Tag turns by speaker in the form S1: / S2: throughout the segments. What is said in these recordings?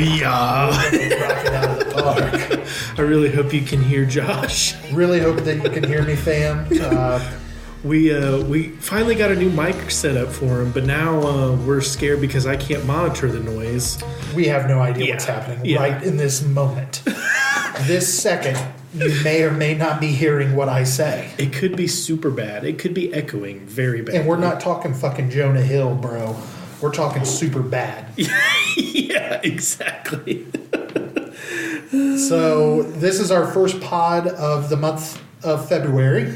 S1: yeah. I really hope you can hear Josh.
S2: Really hope that you can hear me, fam. Uh,
S1: We uh, we finally got a new mic set up for him, but now uh, we're scared because I can't monitor the noise.
S2: we have no idea what's
S1: Yeah.
S2: happening
S1: Yeah.
S2: right in this moment. this second, you may or may not be hearing what I say.
S1: It could be super bad. It could be echoing very bad.
S2: And we're not talking fucking Jonah Hill, bro. We're talking super bad.
S1: yeah, exactly.
S2: So, this is our first pod of the month of February.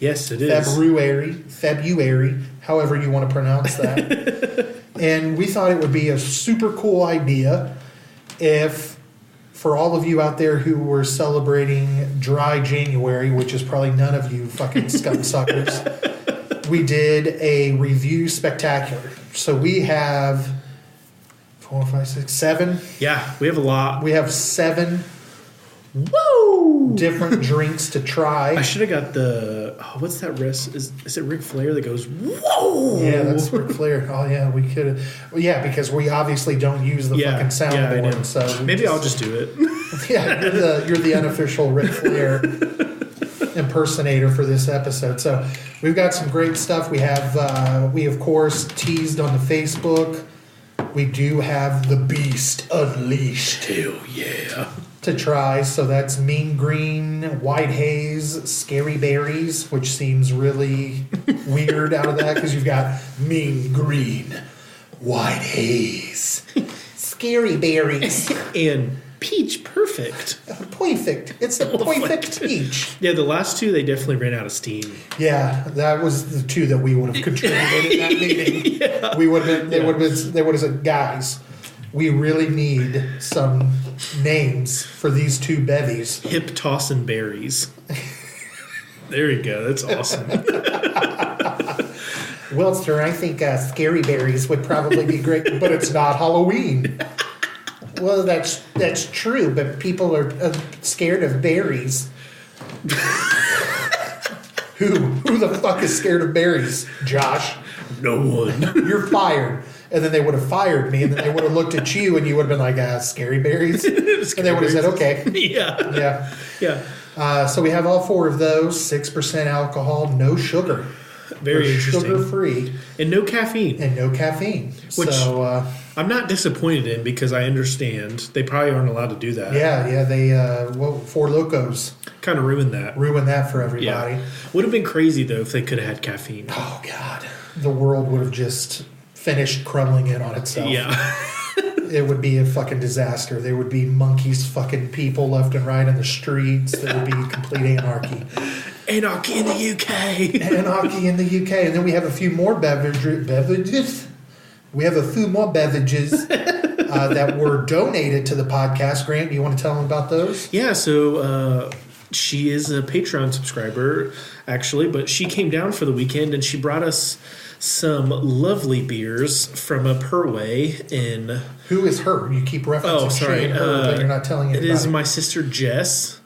S1: Yes, it is.
S2: February, February, however you want to pronounce that. and we thought it would be a super cool idea if, for all of you out there who were celebrating dry January, which is probably none of you fucking scum suckers, we did a review spectacular. So we have four, five, six, seven.
S1: Yeah, we have a lot.
S2: We have seven
S1: Whoa!
S2: different drinks to
S1: I
S2: try.
S1: should have got the oh, what's that rest? Is is it Ric Flair that goes whoa?
S2: Yeah, that's Ric Flair. Oh yeah, we could. have Well, yeah, because we obviously don't use the
S1: yeah,
S2: fucking
S1: yeah, I
S2: soundboard.
S1: know.
S2: so we
S1: maybe I'll just do it.
S2: Yeah, you're the you're the unofficial Ric Flair impersonator for this episode. So we've got some great stuff. We have uh, we of course teased on the Facebook. We do have the Beast Unleashed
S1: Hell yeah!
S2: to try. So that's Mean Green, White Haze, Scary Berries, which seems really weird out of that because you've got Mean Green, White Haze, Scary Berries.
S1: And peach perfect.
S2: Perfect. It's the perfect peach.
S1: Yeah, the last two they definitely ran out of steam.
S2: Yeah, that was the two that we would have contributed in that meeting. We would have been, they would have been, they would have said, guys, we really need some names for these two bevies.
S1: Hip tossing berries. there you go. That's awesome.
S2: Well, sir, I think uh, Scary Berries would probably be great, but it's not Halloween. Well, that's that's true, but people are uh, scared of berries. who who the fuck is scared of berries, Josh?
S1: no one.
S2: You're fired. And then they would have fired me, and then they would have looked at you, and you would have been like, ah, scary berries. and they would have said, okay,
S1: yeah,
S2: yeah.
S1: yeah.
S2: Uh, so we have all four of those 6% alcohol, no sugar.
S1: Very interesting.
S2: Sugar free
S1: And no caffeine.
S2: and no caffeine.
S1: Which-
S2: so, uh,
S1: I'm not disappointed in because I understand they probably aren't allowed to do that.
S2: yeah, yeah, they, uh, well, Four Locos
S1: Kind of ruined that.
S2: ruined that for
S1: Yeah.
S2: everybody.
S1: Would have been crazy though if they could have had caffeine.
S2: Oh, God. The world would have just finished crumbling in on itself.
S1: Yeah.
S2: It would be a fucking disaster. There would be monkeys fucking people left and right in the streets. There would be complete anarchy.
S1: Anarchy in the UK.
S2: Anarchy in the UK. And then we have a few more beverage, beverages. We have a few more beverages uh, that were donated to the podcast. Grant, do you want to tell them about those?
S1: yeah, so uh, she is a Patreon subscriber, actually, but she came down for the weekend and she brought us some lovely beers from up her way in.
S2: Who is her? You keep referencing
S1: Oh, sorry.
S2: she and her,
S1: uh,
S2: but you're not telling
S1: It
S2: anybody.
S1: is my sister Jess.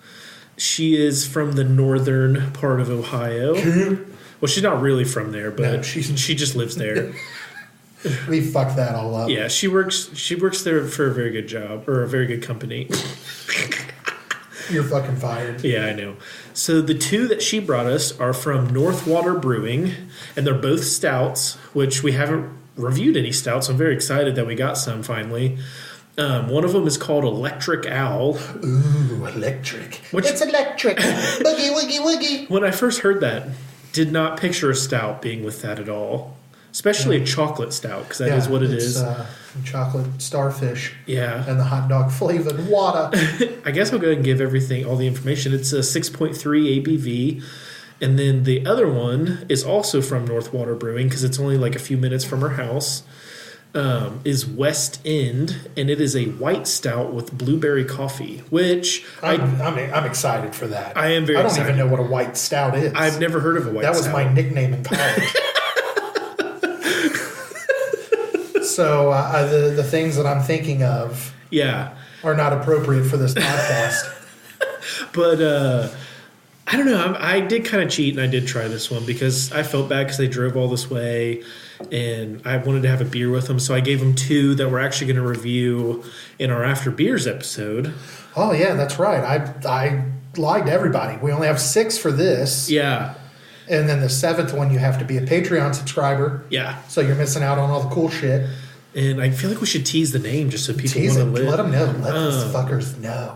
S1: She is from the northern part of Ohio. Well, she's not really from there, but
S2: No,
S1: she
S2: she's-
S1: she just lives there.
S2: we fucked that all up.
S1: yeah, she works she works there for a very good job or a very good company.
S2: You're fucking fired.
S1: yeah, I know. So the two that she brought us are from Northwater Brewing, and they're both stouts, which we haven't reviewed any stouts. I'm very excited that we got some finally. Um, one of them is called Electric Owl.
S2: Ooh, electric.
S1: Which-
S2: it's electric. boogie, woogie, woogie.
S1: When I first heard that, did not picture a stout being with that at all, especially a chocolate stout because that is
S2: Yeah,
S1: what it
S2: it's,
S1: is.
S2: Uh, chocolate starfish.
S1: yeah,
S2: and the hot dog flavored water.
S1: I guess I'll go ahead and give everything all the information. It's a 6.3 ABV, and then the other one is also from Northwater Brewing because it's only like a few minutes from her house. Um, is West End, and it is a white stout with blueberry coffee, which
S2: I'm,
S1: I
S2: I'm, I'm excited for that.
S1: I am very
S2: I don't
S1: excited.
S2: even know what a white stout is.
S1: I've never heard of a white.
S2: that was
S1: stout.
S2: my nickname in college. so uh, I- the the things that I'm thinking of
S1: yeah.
S2: are not appropriate for this podcast.
S1: But uh, I don't know. I'm, I did kind of cheat and I did try this one because I felt bad because they drove all this way and I wanted to have a beer with them, so I gave them two that we're actually going to review in our after beers episode.
S2: Oh yeah, that's right. I I lied to everybody. We only have six for this,
S1: Yeah,
S2: and then the seventh one you have to be a Patreon subscriber,
S1: yeah,
S2: so you're missing out on all the cool shit.
S1: and I feel like we should tease the name just so people
S2: Tease
S1: want to
S2: them. Let
S1: live.
S2: them know. Let
S1: Uh.
S2: these fuckers know.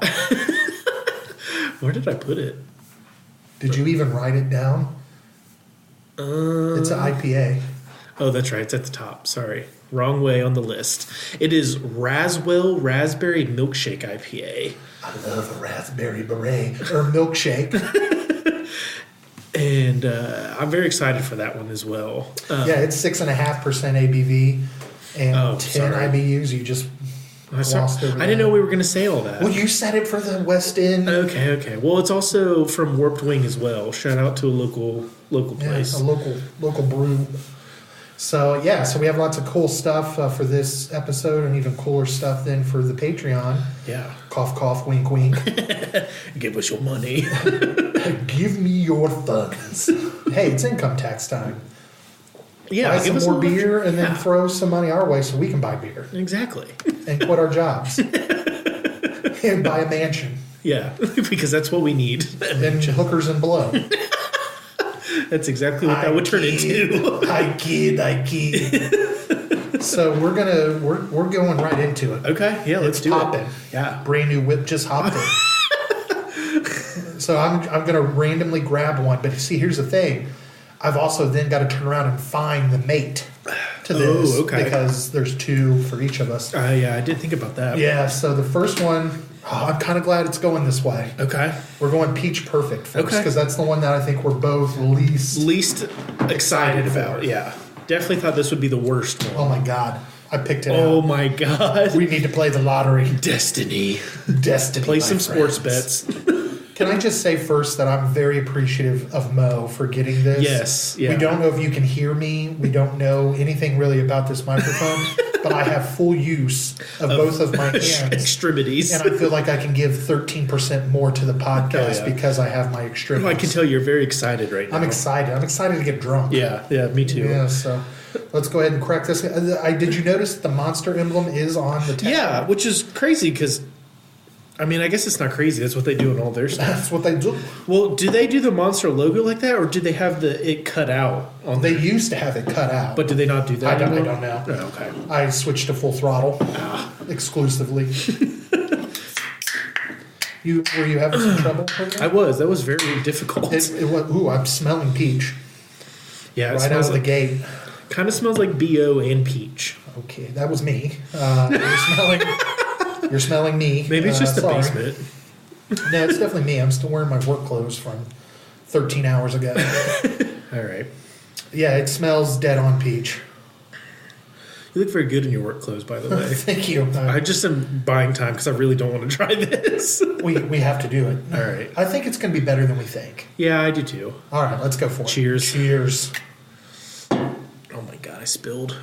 S1: Where did I put it?
S2: Did you even write it down?
S1: Uh,
S2: It's an IPA.
S1: oh, that's right. It's at the top. Sorry, wrong way on the list. It is Raswell Raspberry Milkshake IPA.
S2: I love a raspberry beret or milkshake.
S1: and uh, I'm very excited for that one as well. Uh,
S2: yeah, it's six and a half percent ABV and
S1: Oh,
S2: ten
S1: sorry.
S2: IBUs. You just
S1: I, saw-
S2: glossed over
S1: I didn't
S2: that.
S1: know we were going to say all that.
S2: well, you said it for the West End.
S1: okay, okay. Well, it's also from Warped Wing as well. Shout out to a local local
S2: Yeah,
S1: place.
S2: a local local brew. So yeah, so we have lots of cool stuff uh, for this episode, and even cooler stuff then for the Patreon.
S1: yeah,
S2: Cough, cough, wink, wink.
S1: give us your money.
S2: Give me your funds. hey, it's income tax time.
S1: yeah,
S2: buy some
S1: us a
S2: more
S1: little-
S2: beer, and then
S1: yeah,
S2: throw some money our way so we can buy beer
S1: exactly.
S2: and quit our jobs and buy a mansion
S1: Yeah, because that's what we need.
S2: and hookers and blow.
S1: That's exactly what that would turn into.
S2: I kid, I kid. so we're gonna we're we're going right into it.
S1: okay, yeah, let's
S2: It's
S1: do it.
S2: popping.
S1: Yeah.
S2: brand new whip just hopped in. so I'm I'm gonna randomly grab one, but see, here's the thing. I've also then got to turn around and find the mate to
S1: Oh,
S2: this
S1: okay.
S2: because there's two for each of us.
S1: Uh, yeah, I did think about that.
S2: Yeah. So the first one, oh, I'm kind of glad it's going this way.
S1: Okay.
S2: We're going peach perfect first
S1: Okay.
S2: because that's the one that I think we're both least.
S1: Least excited
S2: Excited for
S1: about.
S2: it.
S1: Yeah. Definitely thought this would be the worst one.
S2: Oh my god, I picked it
S1: Oh
S2: out.
S1: my god.
S2: We need to play the lottery.
S1: Destiny.
S2: Destiny.
S1: Play
S2: my
S1: some sports
S2: friends.
S1: bets.
S2: Can I just say first that I'm very appreciative of Mo for getting this?
S1: Yes, yeah.
S2: We don't know if you can hear me. We don't know anything really about this microphone, but I have full use of, both of my hands.
S1: Extremities.
S2: And I feel like I can give 13% more to the podcast
S1: Oh, yeah.
S2: because I have my
S1: I
S2: extremities.
S1: can tell you're very excited right now.
S2: I'm excited. I'm excited to get drunk.
S1: Yeah, yeah, me too.
S2: Yeah, so let's go ahead and crack this. Uh, I Did you notice the monster emblem is on the tab?
S1: Yeah, which is crazy because, I mean, I guess it's not crazy. That's what they do in all their stuff.
S2: That's what they do.
S1: Well, do they do the monster logo like that, or do they have the it cut out on?
S2: They
S1: They,
S2: used to have it cut out.
S1: but do they not do that?
S2: I don't, I
S1: anymore?
S2: don't know.
S1: Oh, okay.
S2: I switched to full throttle
S1: Ah.
S2: exclusively. you were you having some trouble? with
S1: I
S2: that?
S1: was. That was very difficult.
S2: It, it was, ooh, I'm smelling peach
S1: yeah, it
S2: right out
S1: smells
S2: of the
S1: like,
S2: gate.
S1: kind of smells like bo and peach.
S2: Okay, that was me. Uh, you're smelling. You're smelling me.
S1: Maybe it's
S2: Uh,
S1: just the
S2: sorry.
S1: basement.
S2: No, it's definitely me. I'm still wearing my work clothes from 13 hours ago.
S1: All right.
S2: yeah, it smells dead on peach.
S1: You look very good in your work clothes, by the way.
S2: Thank you. Uh,
S1: I just am buying time because I really don't want to try this.
S2: we we have to do it.
S1: All right.
S2: I think it's going to be better than we think.
S1: Yeah, I do too.
S2: All right, let's go for it.
S1: Cheers.
S2: Cheers.
S1: Oh my god, I spilled.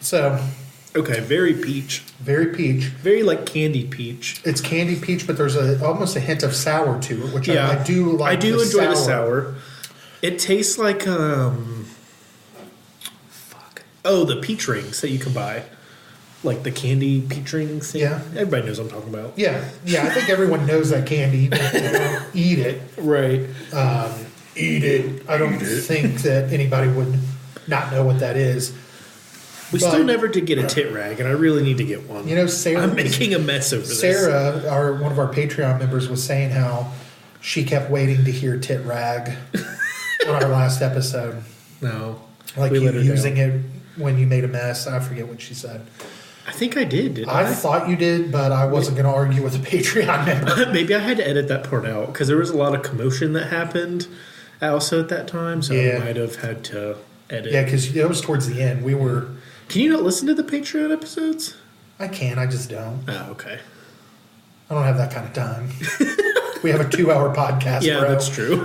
S2: So,
S1: Okay, very peach.
S2: very peach.
S1: Very like candied peach.
S2: It's candy peach, but there's a almost a hint of sour to it, which
S1: Yeah.
S2: I, I do like.
S1: I do enjoy the sour. It tastes like um fuck. Oh, the peach rings that you can buy. Like the candy peach rings thing.
S2: Yeah.
S1: Everybody knows what I'm talking about.
S2: Yeah, yeah. I think everyone knows that candy. even if they don't eat it.
S1: Right.
S2: Um, eat it. I don't think that anybody would not know what that is.
S1: We
S2: But-
S1: still never did get a tit rag, and I really need to get one.
S2: You know, Sarah.
S1: I'm making a mess over this.
S2: Sarah, our one of our Patreon members, was saying how she kept waiting to hear tit rag on our last episode,
S1: No.
S2: like
S1: We
S2: you
S1: let her down.
S2: using it when you made a mess. I forget what she said.
S1: I think I did, didn't
S2: I thought you did, but I wasn't going to argue with a Patreon member.
S1: Maybe I had to edit that part out because there was a lot of commotion that happened also at that time, so
S2: Yeah.
S1: I might have had to edit.
S2: Yeah, because that was towards the end. We were.
S1: Can you not listen to the Patreon episodes?
S2: I can't. I just don't.
S1: Oh, okay.
S2: I don't have that kind of time. we have a two-hour podcast.
S1: yeah,
S2: bro.
S1: that's true.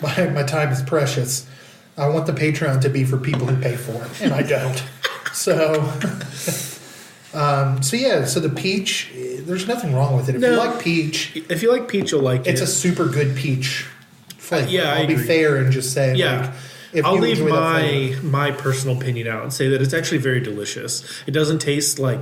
S2: My my time is precious. I want the Patreon to be for people who pay for it, and I don't. so. um, so yeah, so the peach. eh, There's nothing wrong with it. If
S1: No.
S2: you like peach,
S1: if you like peach, you'll like
S2: it's
S1: it.
S2: a super good peach flavor.
S1: Yeah, I
S2: I'll be
S1: agree.
S2: fair and just say
S1: Yeah.
S2: like if
S1: I'll
S2: you
S1: leave
S2: enjoy that flavor-
S1: my my personal opinion out and say that it's actually very delicious. It doesn't taste like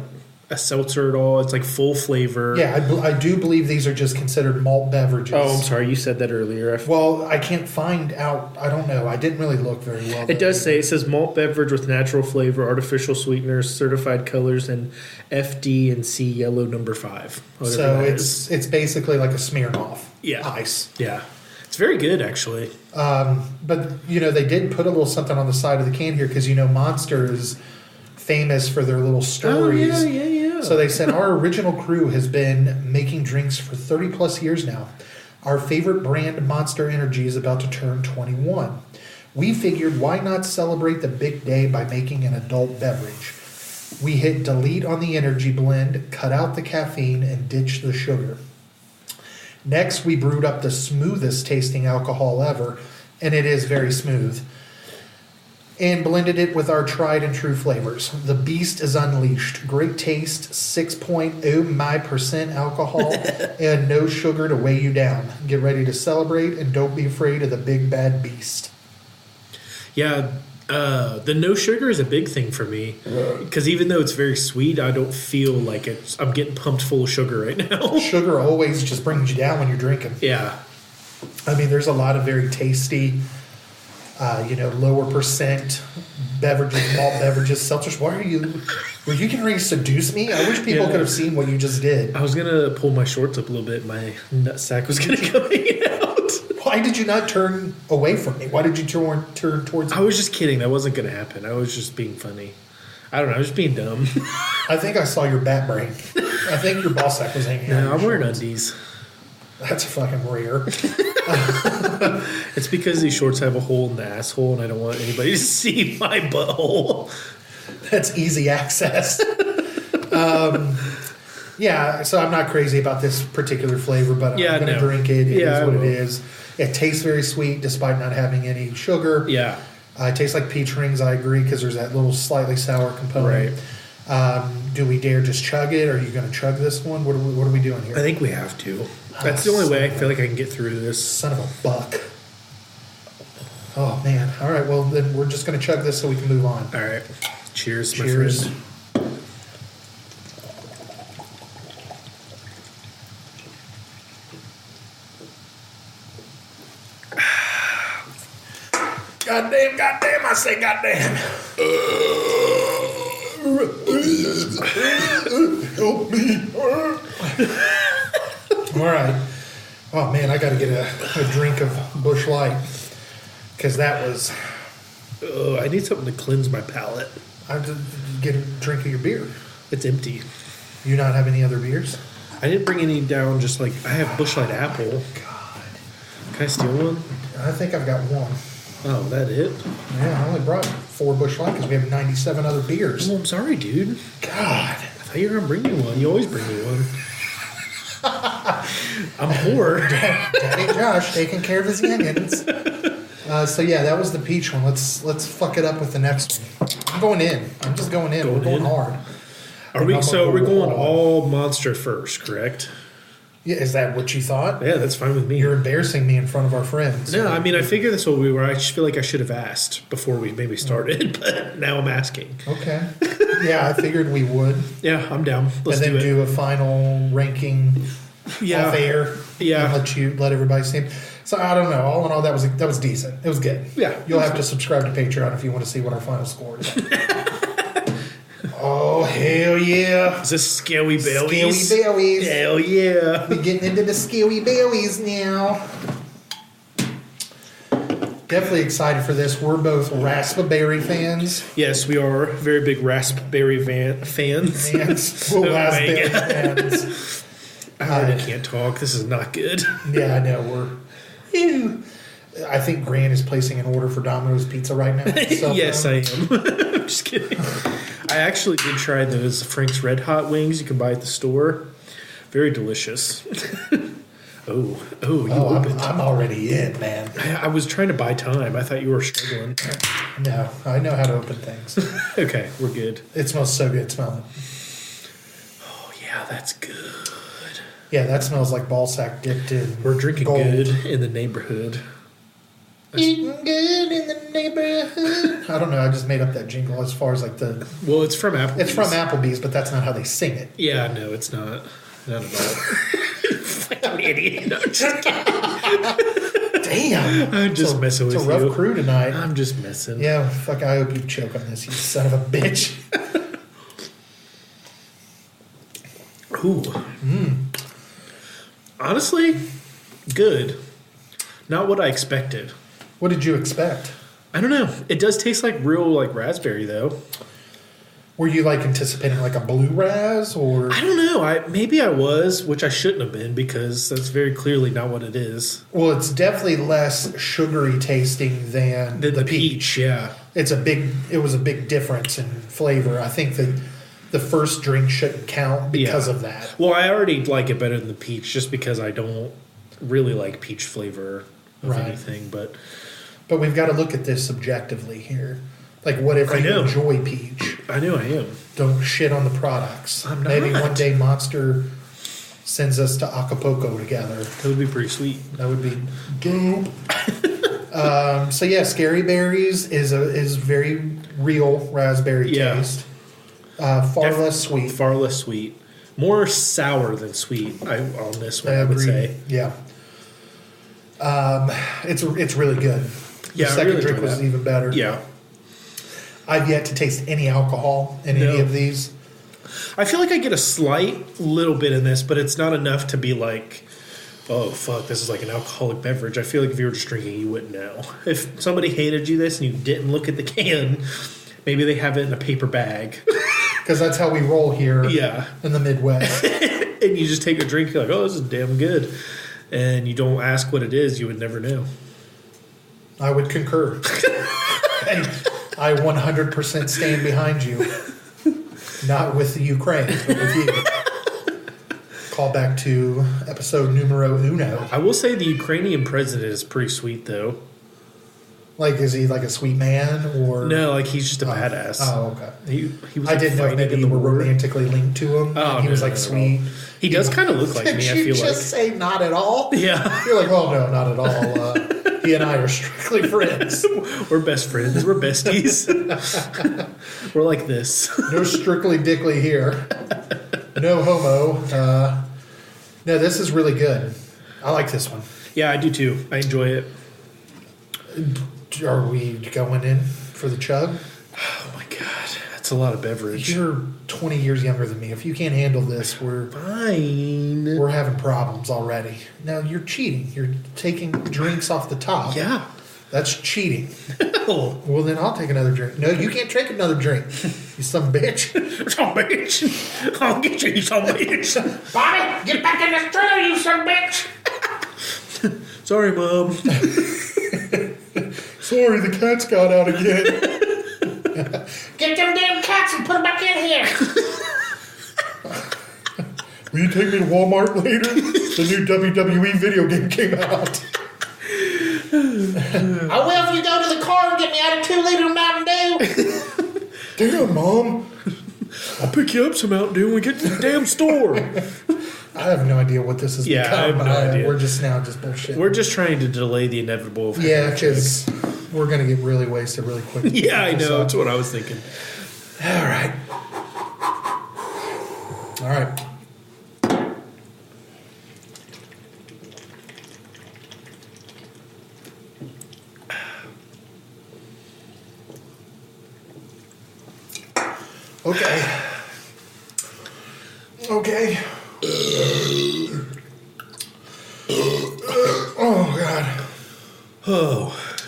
S1: a seltzer at all. It's like full flavor.
S2: Yeah, I, bel- I do believe these are just considered malt beverages.
S3: Oh, I'm sorry. You said that earlier. I f-
S2: Well, I can't find out. I don't know. I didn't really look very well.
S1: It does say it says malt beverage with natural flavor, artificial sweeteners, certified colors, and FD and C yellow number five. whatever
S2: So
S1: that
S2: it's
S1: is.
S2: it's basically like a Smirnoff.
S1: Yeah.
S2: Ice.
S1: yeah, it's very good actually.
S2: Um, but you know they did put a little something on the side of the can here because you know Monster is famous for their little stories.
S1: Oh yeah, yeah, yeah.
S2: So they said our original crew has been making drinks for 30 plus years now. Our favorite brand, Monster Energy, is about to turn 21. We figured why not celebrate the big day by making an adult beverage? We hit delete on the energy blend, cut out the caffeine, and ditch the sugar. Next, we brewed up the smoothest tasting alcohol ever, and it is very smooth, and blended it with our tried and true flavors. The beast is unleashed. Great taste, 6.0 my percent alcohol, and no sugar to weigh you down. Get ready to celebrate, and don't be afraid of the big bad beast.
S1: Yeah, uh, the no sugar is a big thing for me because even though it's very sweet, I don't feel like it's. I'm getting pumped full of sugar right now.
S2: Sugar always just brings you down when you're drinking.
S1: yeah,
S2: I mean, there's a lot of very tasty, uh, you know, lower percent beverages, malt beverages, seltzers. Why are you? Were you getting ready to seduce me? I wish people
S1: Yeah.
S2: could have seen what you just did.
S1: I was gonna pull my shorts up a little bit. My nut sack was gonna come hanging out.
S2: Why did you not turn away from me? Why did you turn turn towards
S1: I
S2: me?
S1: was just kidding. That wasn't gonna happen. I was just being funny. I don't know. I was just being dumb.
S2: I think I saw your bat brain. I think your ball sack was hanging out.
S1: no, I'm wearing undies.
S2: That's fucking rare.
S1: It's because these shorts have a hole in the asshole, and I don't want anybody to see my butthole.
S2: That's easy access. um, yeah, so I'm not crazy about this particular flavor, but
S1: Yeah,
S2: I'm going to
S1: no.
S2: drink it. It is
S1: Yeah, I
S2: what
S1: will.
S2: it is. It tastes very sweet despite not having any sugar.
S1: Yeah,
S2: Uh, it tastes like peach rings, I agree, because there's that little slightly sour component. Um, do we dare just chug it? Are you going to chug this one? What are we, what are we doing
S1: I
S2: here?
S1: think we have to. That's the only way I feel like I can get through this.
S2: Son of a buck. Oh, man. All right, well, then we're just going to chug this so we can move on.
S1: All right. Cheers,
S2: Cheers.
S1: my friend.
S2: Goddamn, goddamn, I say goddamn. Help me. All right. Oh man, I gotta get a, a drink of Bush Light. Cause that was
S1: Oh, I need something to cleanse my palate.
S2: I just get a drink of your beer.
S1: It's empty.
S2: You not have any other beers?
S1: I didn't bring any down. Just like I have Bushlight Apple.
S2: God.
S1: Can I steal one?
S2: I think I've got one.
S1: Oh, that it?
S2: Yeah, I only brought four Bush Light because we have ninety-seven other beers.
S1: Well, I'm sorry, dude.
S2: God.
S1: I thought you were gonna bring me one. You always bring me one. I'm poor.
S2: Daddy Josh taking care of his onions. Uh, so yeah, that was the peach one. Let's let's fuck it up with the next one. I'm going in. I'm just going in. We're
S1: Going
S2: going
S1: in?
S2: hard.
S1: Are we? So we're going all monster first, correct?
S2: Yeah, is that what you thought?
S1: Yeah, that's fine with me.
S2: You're embarrassing me in front of our friends.
S1: No, I mean, I figure that's what we were. I just feel like I should have asked before we maybe started, but now I'm asking.
S2: Okay. Yeah, I figured we would,
S1: Yeah, I'm down. Let's
S2: and then
S1: do it.
S2: do, a final ranking
S1: yeah,
S2: off air.
S1: Yeah.
S2: and let you let everybody see. So I don't know. All in all, that was that was decent. It was good.
S1: Yeah.
S2: You'll have to subscribe to Patreon if you want to see what our final score is. oh hell yeah!
S1: Is this Scaly Bellies?
S2: Scaly bellies.
S1: Hell yeah.
S2: We're getting into the scaly bellies now. Definitely excited for this. We're both raspberry fans.
S1: Yes, we are very big raspberry van- fans.
S2: Fans.
S1: Oh
S2: We're
S1: my
S2: raspberry
S1: God.
S2: fans.
S1: I already can't talk. This is not good.
S2: Yeah, I know. We're. Ew. I think Grant is placing an order for Domino's Pizza right now. So,
S1: yes,
S2: um,
S1: I am. I'm just kidding. I actually did try those Frank's Red Hot wings you can buy at the store. Very delicious. oh, oh, you
S2: Oh, I'm,
S1: opened.
S2: I'm already in, man.
S1: I, I was trying to buy time. I thought you were struggling.
S2: No, I know how to open things.
S1: Okay, we're good.
S2: It smells so good smelling.
S1: Oh yeah, that's good.
S2: Yeah, that smells like ball sack dipped in.
S1: We're drinking
S2: gold.
S1: good in the neighborhood. Mm.
S2: Eating good in the neighborhood. I don't know. I just made up that jingle as far as like the.
S1: Well, it's from Apple.
S2: It's from Applebee's, but that's not how they sing it.
S1: Yeah, no, it's not. Not at all. Fucking idiot. No, I'm just kidding.
S2: Damn.
S1: I'm just
S2: It's a-
S1: messing
S2: It's a
S1: with
S2: rough
S1: you.
S2: crew tonight.
S1: I'm just messing.
S2: Yeah, fuck. I hope you choke on this, you son of a bitch.
S1: Ooh.
S2: Mm.
S1: Honestly, good. Not what I expected.
S2: What did you expect?
S1: I don't know. It does taste like real like raspberry though.
S2: Were you like anticipating like a blue raz or
S1: I don't know. I maybe I was, which I shouldn't have been because that's very clearly not what it is.
S2: well it's definitely less sugary tasting than
S1: Then
S2: the, peach.
S1: yeah.
S2: It's a big it was a big difference in flavor. I think that the first drink shouldn't count because
S1: Yeah.
S2: of that.
S1: Well, I already like it better than the peach just because I don't really like peach flavor of
S2: Right.
S1: anything, but
S2: But we've got to look at this subjectively here. Like what if
S1: I
S2: you
S1: know.
S2: enjoy peach?
S1: I know I am.
S2: Don't shit on the products.
S1: I'm
S2: Maybe
S1: not.
S2: one day Monster sends us to Acapulco together.
S1: That would be pretty sweet.
S2: That would be dope. um, so yeah, scary berries is a is very real raspberry
S1: Yeah.
S2: taste. Uh, far
S1: Def-
S2: less sweet.
S1: Far less sweet. More sour than sweet I, on this
S2: I
S1: one, I, would
S2: agree.
S1: say.
S2: Yeah. Um, it's it's really good.
S1: Yeah, I
S2: the second
S1: really
S2: drink
S1: enjoy
S2: was
S1: that.
S2: even better.
S1: Yeah.
S2: I've yet to taste any alcohol in any
S1: No.
S2: of these.
S1: I feel like I get a slight little bit in this, but it's not enough to be like, oh fuck, this is like an alcoholic beverage. I feel like if you were just drinking, you wouldn't know. If somebody handed you this and you didn't look at the can, maybe they have it in a paper bag.
S2: Because that's how we roll here
S1: yeah.
S2: in the Midwest.
S1: And you just take a drink, you're like, oh, this is damn good. And you don't ask what it is, you would never know.
S2: I would concur. and I 100% stand behind you. Not with the Ukraine, but with you. Call back to episode numero uno.
S1: I will say the Ukrainian president is pretty sweet, though.
S2: Like, is he like a sweet man or
S1: No, like he's just a
S2: Oh.
S1: badass.
S2: Oh, okay.
S1: He, he was
S2: I
S1: like,
S2: didn't know
S1: fighting
S2: maybe you were romantically linked to him.
S1: Oh,
S2: and he
S1: no,
S2: was
S1: no,
S2: like
S1: no, no.
S2: sweet.
S1: He does kind of look like
S2: Did
S1: me. I
S2: you
S1: feel
S2: just
S1: like
S2: say not at all?
S1: Yeah.
S2: You're like, oh no, not at all. Uh, he and I are strictly friends.
S1: We're best friends. We're besties. We're like this.
S2: No strictly dickly here. No homo. Uh, no, this is really good. I like this one.
S1: Yeah, I do too. I enjoy it.
S2: Are we going in for the chug?
S1: Oh my god, that's a lot of beverage.
S2: You're 20 years younger than me. If you can't handle this, we're
S1: Fine.
S2: we're having problems already. Now you're cheating. You're taking drinks off the top.
S1: Yeah.
S2: That's cheating.
S1: Oh,
S2: Well, then I'll take another drink. No, you can't take another drink. You some bitch.
S1: some bitch. I'll get you, you some bitch.
S4: Bobby, get back in the trailer, you son of a bitch!
S1: Sorry, mom.
S2: Sorry, the cat's got out again.
S4: Get them damn cats and put them back in here!
S2: Will you take me to Walmart later? The new WWE video game came out.
S4: I will if you go to the car and get me out a two liter Mountain Dew!
S2: Damn, mom.
S1: I'll pick you up some Mountain Dew when we get to the damn store.
S2: I have no idea what this is.
S1: Yeah, I have no idea.
S2: We're just now just bullshit.
S1: We're just trying to delay the inevitable. of-
S2: yeah, because we're gonna get really wasted really quick.
S1: Yeah, I know. That's what I was thinking.
S2: All right. All right. Okay. Okay. Oh God.
S1: Oh,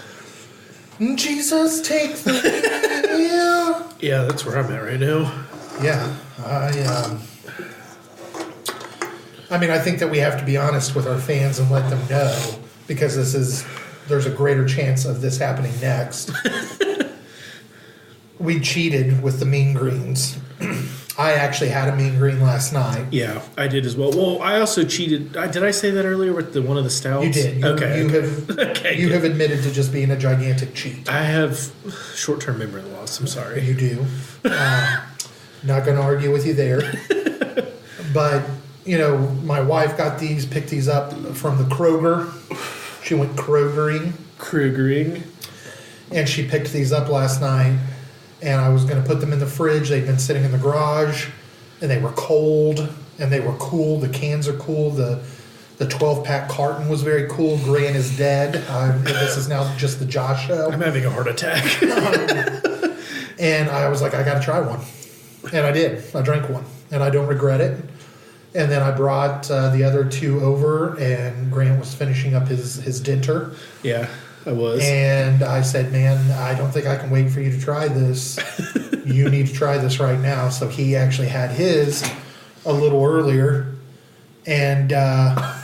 S2: Jesus, take the wheel.
S1: yeah, that's where I'm at right now.
S2: Yeah, I. Um, I mean, I think that we have to be honest with our fans and let them know because this is there's a greater chance of this happening next. we cheated with the mean greens. I actually had a mean green last night.
S1: Yeah, I did as well. Well, I also cheated. I, did I say that earlier with the one of the stouts?
S2: You did. You,
S1: okay.
S2: You have
S1: Okay,
S2: you
S1: good.
S2: have admitted to just being a gigantic cheat.
S1: I have short-term memory loss. I'm sorry.
S2: You do. Um, not going to argue with you there. but you know, my wife got these, picked these up from the Kroger. She went Krogering,
S1: Krugering.
S2: and she picked these up last night and i was going to put them in the fridge they'd been sitting in the garage and they were cold and they were cool the cans are cool the the 12 pack carton was very cool gran is dead uh, this is now just the josh
S1: I'm
S2: show
S1: having a heart attack.
S2: and i was like i gotta try one and i did i drank one and i don't regret it and then i brought uh, the other two over and grant was finishing up his his dinner
S1: yeah, I was.
S2: And I said, "Man, I don't think I can wait for you to try this. you need to try this right now." So he actually had his a little earlier, and uh,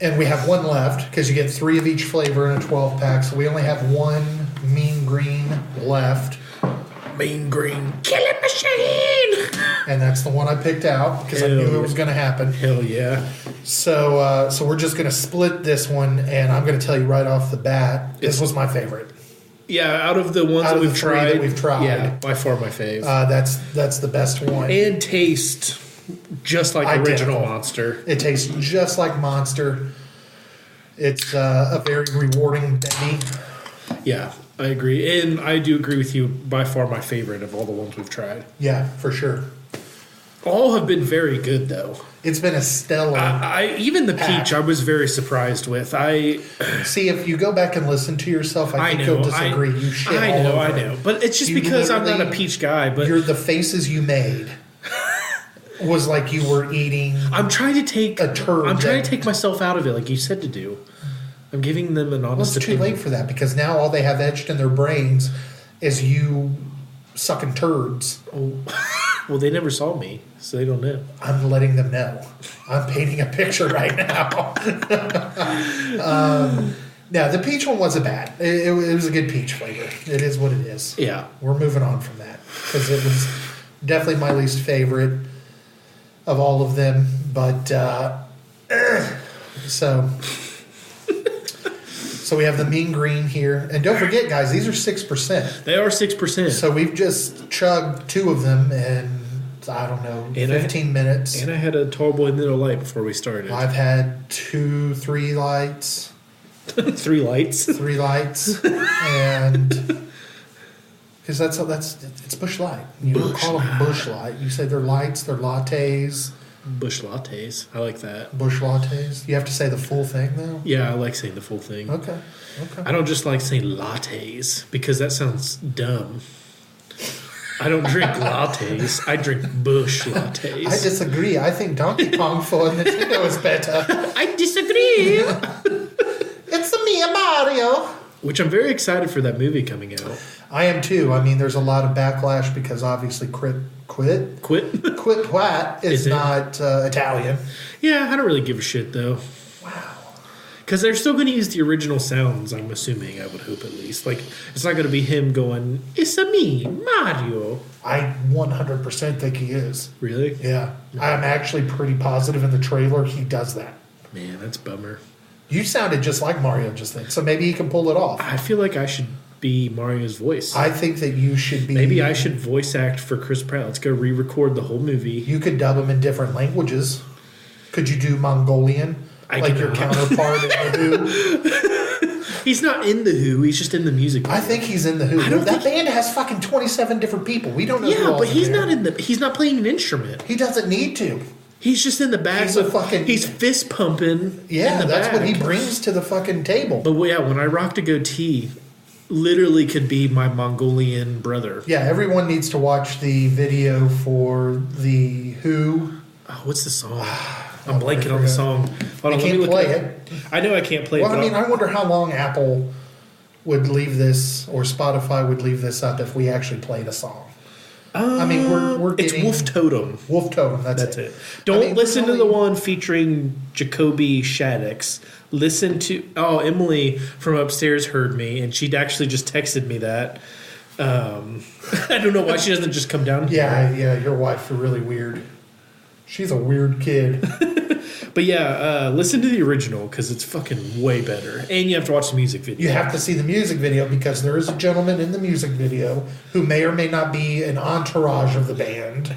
S2: and we have one left because you get three of each flavor in a twelve pack. So we only have one mean green left,
S1: Mean green killing machine.
S2: and that's the one I picked out because I knew
S1: Ew.
S2: it was going to happen.
S1: Hell yeah!
S2: So uh, so we're just going to split this one, and I'm going to tell you right off the bat, this was my favorite.
S1: Yeah, out of the ones
S2: Out
S1: that
S2: of the
S1: we've
S2: three
S1: tried,
S2: that we've tried.
S1: yeah, by far my fave.
S2: Uh, that's that's the best one.
S1: and taste just like
S2: Identical.
S1: original monster.
S2: It tastes just like Monster. It's uh, a very rewarding Benny.
S1: Yeah, I agree, and I do agree with you. By far my favorite of all the ones we've tried.
S2: Yeah, for sure.
S1: All have been very good though.
S2: It's been a stellar.
S1: I, I even the peach I was very surprised with. I
S2: See, if you go back and listen to yourself, I,
S1: I
S2: think
S1: know
S2: you'll
S1: I-
S2: disagree. you shit
S1: I
S2: all
S1: know,
S2: over
S1: I
S2: it.
S1: know, but it's just
S2: You
S1: because I'm not a
S2: literally-
S1: peach guy.
S2: You're
S1: But
S2: the faces you made was like you were eating.
S1: I'm trying to take
S2: A turd
S1: I'm trying
S2: that-
S1: to take myself out of it, like you said to do. I'm giving them an
S2: Well, it's
S1: honest
S2: too
S1: opinion.
S2: late for that because now all they have etched in their brains is you sucking turds.
S1: Well, they never saw me, so they don't know.
S2: I'm letting them know. I'm painting a picture right now. um, no, the peach one wasn't bad. It, it was- it was a good peach flavor. It is what it is.
S1: Yeah,
S2: We're moving on from that because it was definitely my least favorite of all of them. But uh, so. So we have the mean green here, and don't forget, guys, these are six percent.
S1: they are six percent.
S2: So we've just chugged two of them in I don't know
S1: And I-
S2: fifteen minutes.
S1: and I had a tall boy middle light before we started.
S2: I've had two, three lights,
S1: Three lights.
S2: three lights, and because that's that's it's bush light. You don't
S1: Bush
S2: call them bush light. You say they're lights, they're lattes,
S1: Bush lattes. I like that.
S2: bush lattes. You have to say the full thing though.
S1: Yeah, I like saying the full thing.
S2: Okay, okay.
S1: I don't just like saying lattes because that sounds dumb. I don't drink lattes. I drink bush lattes.
S2: I disagree. I think Donkey Kong for Nintendo is better.
S1: I disagree.
S2: It's the me Mario.
S1: Which I'm very excited for that movie coming out.
S2: I am too. I mean, there's a lot of backlash because obviously Crit Quit
S1: Quit.
S2: Quit Plat is,
S1: Is it?
S2: not uh, Italian.
S1: yeah, I don't really give a shit though. Wow. Because they're still going to use the original sounds. I'm assuming. I would hope at least. Like it's not going to be him going. It's a me, Mario.
S2: I 100% think he is.
S1: Really?
S2: Yeah, I'm actually pretty positive in the trailer he does that.
S1: Man, that's a bummer.
S2: You sounded just like Mario just then, so maybe he can pull it off.
S1: I feel like I should be Mario's voice.
S2: I think that you should be.
S1: Maybe I should voice act for Chris Pratt. Let's go re-record the whole movie.
S2: You could dub him in different languages. Could you do Mongolian,
S1: I
S2: like your
S1: cannot.
S2: counterpart in the Who?
S1: He's not in the Who. He's just in the music.
S2: I
S1: video.
S2: think he's in the Who.
S1: I don't
S2: that
S1: think-
S2: band has fucking 27 different people. We don't know. who
S1: Yeah,
S2: all's
S1: but he's
S2: there.
S1: not in the. He's not playing an instrument.
S2: He doesn't need to.
S1: He's just in the back.
S2: He's a
S1: with,
S2: fucking-
S1: He's fist pumping. in
S2: Yeah,
S1: the
S2: that's what
S1: back.
S2: he brings to the fucking table.
S1: But yeah, when I rocked a goatee, literally could be my Mongolian brother.
S2: yeah, everyone needs to watch the video for the Who
S1: Oh, what's the song?
S2: Ah, I
S1: I'm blanking on
S2: forgot.
S1: the song. Hold on, let
S2: I
S1: me
S2: can't
S1: look
S2: play
S1: up.
S2: it.
S1: I know I can't play
S2: Well,
S1: it.
S2: I
S1: but
S2: mean,
S1: I'll-
S2: I wonder how long Apple would leave this or Spotify would leave this up if we actually played a song. I mean, we're, we're
S1: Uh, it's
S2: getting
S1: Wolf Totem.
S2: Wolf Totem. That's,
S1: That's it. Don't
S2: mean,
S1: listen to
S2: really-
S1: the one featuring Jacoby Shaddix. Listen to oh Emily from upstairs heard me and she actually just texted me that. Um, I don't know why she doesn't just come down.
S2: Yeah, yeah. Your wife is really weird. She's a weird kid.
S1: But yeah, uh, listen to the original because it's fucking way better. And you have to watch the music video.
S2: you have to see the music video because there is a gentleman in the music video who may or may not be an entourage of the band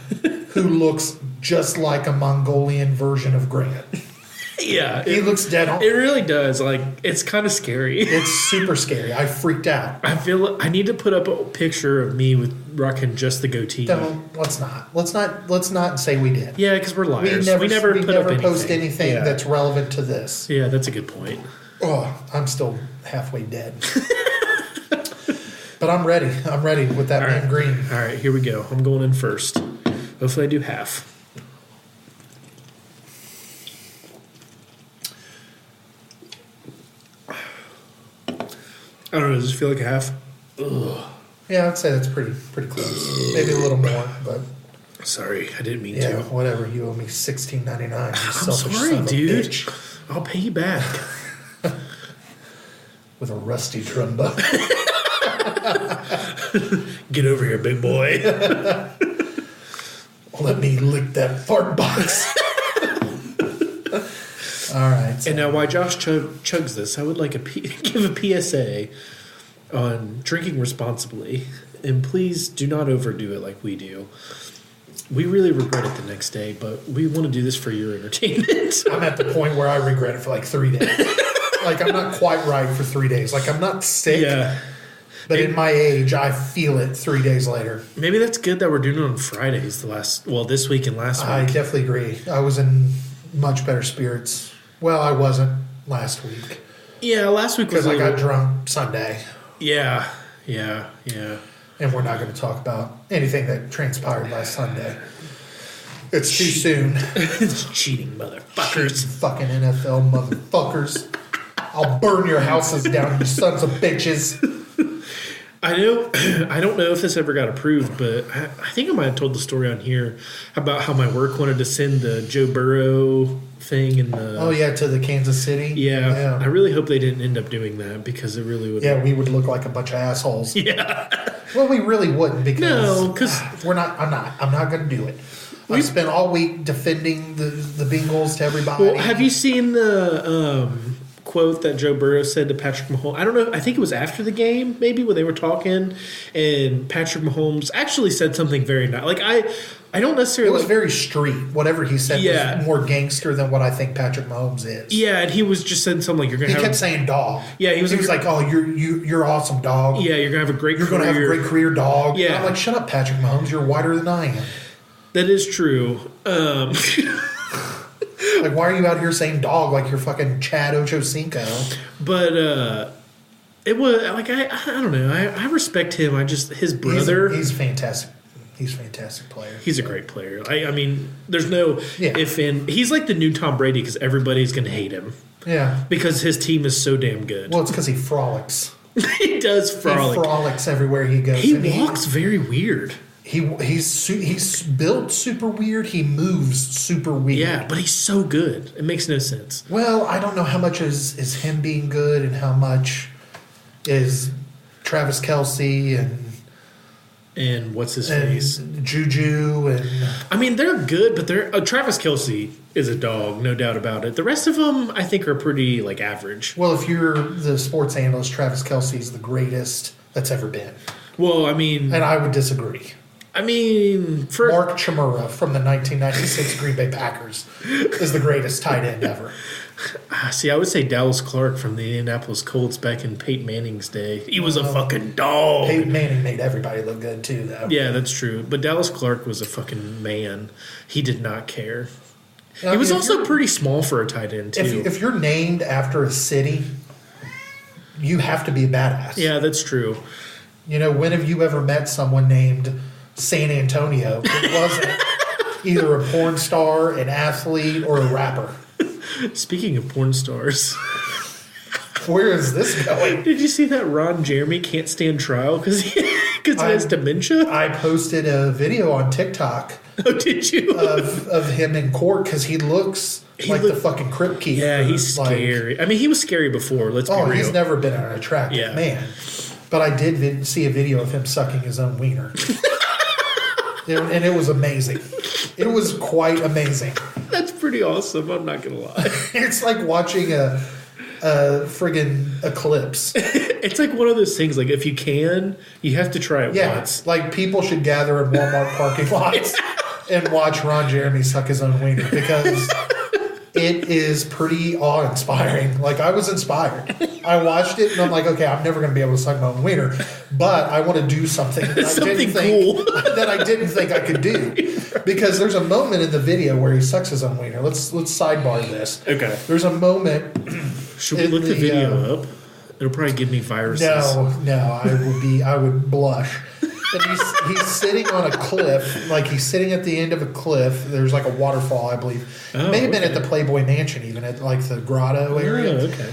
S2: who looks just like a Mongolian version of Grant.
S1: yeah,
S2: He
S1: it,
S2: looks dead on.
S1: it really does. Like it's kind of scary.
S2: It's super scary. I freaked out.
S1: I feel I need to put up a picture of me with rocking just the goatee.
S2: Don't, let's not. Let's not. Let's not say we did.
S1: Yeah, because we're
S2: We
S1: liars. We
S2: never.
S1: never,
S2: we
S1: put
S2: never
S1: up
S2: post
S1: anything.
S2: anything
S3: Yeah.
S2: that's relevant to this.
S1: Yeah, that's a good point.
S2: Oh, I'm still halfway dead. but I'm ready. I'm ready with that
S1: All
S2: man
S1: right.
S2: green.
S1: All right, here we go. I'm going in first. Hopefully, I do half. I don't know. Does it feel like a half?
S2: Yeah, I'd say that's pretty pretty close. Maybe a little more, but
S1: Sorry, I didn't mean
S2: yeah,
S1: to.
S2: whatever. You owe me sixteen ninety nine.
S1: I'm sorry, dude. I'll pay you back.
S2: With a rusty trombone.
S1: Get over here, big boy.
S2: Let me lick that fart box. All right.
S1: and now, while Josh chug- chugs this, I would like a P- give a PSA on drinking responsibly, and please do not overdo it like we do. We really regret it the next day, but we want to do this for your entertainment.
S2: I'm at the point where I regret it for like three days. like I'm not quite right for three days. Like I'm not sick,
S1: yeah,
S2: but in my age, I feel it three days later.
S1: maybe that's good that we're doing it on Fridays. The last, well, this week and last
S2: I
S1: week.
S2: definitely agree. I was in much better spirits. Well, I wasn't last week
S1: Yeah, last week was
S2: because I
S1: like
S2: got drunk Sunday,
S1: yeah, yeah, yeah.
S2: and we're not going to talk about anything that transpired last Sunday. It's too soon.
S1: it's cheating, motherfuckers.
S2: Fucking NFL motherfuckers. I'll burn your houses down, you sons of bitches.
S1: I know. I don't know if this ever got approved, but I, I think I might have told the story on here about how my work wanted to send the Joe Burrow thing and the.
S2: Oh, yeah, to the Kansas City.
S1: Yeah, I
S2: Yeah,
S1: really hope they didn't end up doing that because it really would.
S2: yeah we would look like a bunch of assholes.
S1: Yeah.
S2: Well, we really wouldn't because
S1: No, 'cause-
S2: we're not. I'm not. I'm not going to do it. I spent all week defending the the Bengals to everybody.
S1: Well, have you seen the um, quote that Joe Burrow said to Patrick Mahomes? I don't know. I think it was after the game, maybe when they were talking, and Patrick Mahomes actually said something very nice. Like I, I don't
S2: it
S1: necessarily.
S2: was very street. Whatever he said
S1: Yeah.
S2: was more gangster than what I think Patrick Mahomes is.
S1: yeah, and he was just saying something like you're gonna
S2: He
S1: have.
S2: kept saying dog.
S1: Yeah, he was-
S2: he was like, "Oh, you're you you're awesome, dog.
S1: yeah, you're gonna have a great.
S2: You're going to have a
S1: career.
S2: great career, dog."
S1: Yeah.
S2: And I'm like, "Shut up, Patrick Mahomes. You're wider than I am.
S1: That is true. Um,
S2: Like, why are you out here saying dog like you're fucking Chad Ochocinco?"
S1: but uh, it was like I, I don't know. I, I respect him. I just his brother. He's,
S2: he's, he's fantastic. He's a fantastic player.
S1: a great player. I, I mean, there's no
S2: Yeah.
S1: if and he's like the new Tom Brady because everybody's gonna hate him
S2: Yeah.
S1: because his team is so damn good.
S2: Well, it's because he frolics.
S1: he does
S2: He
S1: frolic.
S2: frolics everywhere he goes.
S1: He,
S2: and he-
S1: walks very weird.
S2: He, he's su- he's built super weird. He moves super weird.
S1: Yeah, but he's so good. It makes no sense.
S2: Well, I don't know how much is is him being good and how much is Travis Kelsey and
S1: And what's his face?
S2: and Juju and
S1: I mean, they're good, but they're uh, Travis Kelsey is a dog, no doubt about it. The rest of them, I think, are pretty like average.
S2: well, if you're the sports analyst, Travis Kelsey's the greatest that's ever been,
S1: Well, I mean,
S2: and I would disagree.
S1: I mean, for
S2: Mark Chimura from the 1996 Green Bay Packers is the greatest tight end ever.
S1: Ah, see, I would say Dallas Clark from the Indianapolis Colts back in Peyton Manning's day. He was a fucking dog.
S2: Oh. Peyton Manning made everybody look good too, though.
S1: yeah, that's true. But Dallas Clark was a fucking man. He did not care.
S2: I
S1: he was
S2: mean, if
S1: also
S2: you're-
S1: pretty small for a tight end too.
S2: if, if you're named after a city, you have to be a badass.
S1: yeah, that's true.
S2: You know, when have you ever met someone named San Antonio that wasn't either a porn star, an athlete, or a rapper?
S1: Speaking of porn stars,
S2: Where is this going?
S1: did you see that Ron Jeremy can't stand trial because he, 'cause he has
S2: I-
S1: dementia?
S2: I posted a video on TikTok
S1: oh, did you?
S2: of, of him in court because he looks
S1: He
S2: like the
S1: look-
S2: fucking crypt keeper.
S1: yeah, he's
S2: Like,
S1: scary. I mean, he was scary before. Let's
S2: Oh,
S1: be real.
S2: he's never been an attractive
S1: Yeah.
S2: man. But I did vid- see a video of him sucking his own wiener. It- and it was amazing. It was quite amazing.
S1: that's pretty awesome. I'm not gonna lie.
S2: It's like watching a, a friggin' eclipse.
S1: It's like one of those things. Like if you can, you have to try it
S2: Yeah,
S1: once.
S2: like people should gather in Walmart parking lots and watch Ron Jeremy suck his own wiener because it is pretty awe inspiring. Like I was inspired. I watched it and I'm like, okay, I'm never gonna be able to suck my own wiener, but I want to do something that I
S1: Something
S2: didn't think that I didn't think I could do. Because there's a moment in the video where he sucks his own wiener. Let's let's sidebar this.
S1: Okay.
S2: There's a moment
S1: Should we
S2: In
S1: look the,
S2: the,
S1: video
S2: uh,
S1: up? It'll probably give me viruses.
S2: No, no, I would be, I would blush. And he's, he's sitting on a cliff, like he's sitting at the end of a cliff. There's like a waterfall, I believe.
S1: Oh,
S2: it may have been
S1: okay.
S2: at the Playboy Mansion, even at like the grotto
S1: Oh,
S2: area.
S1: okay.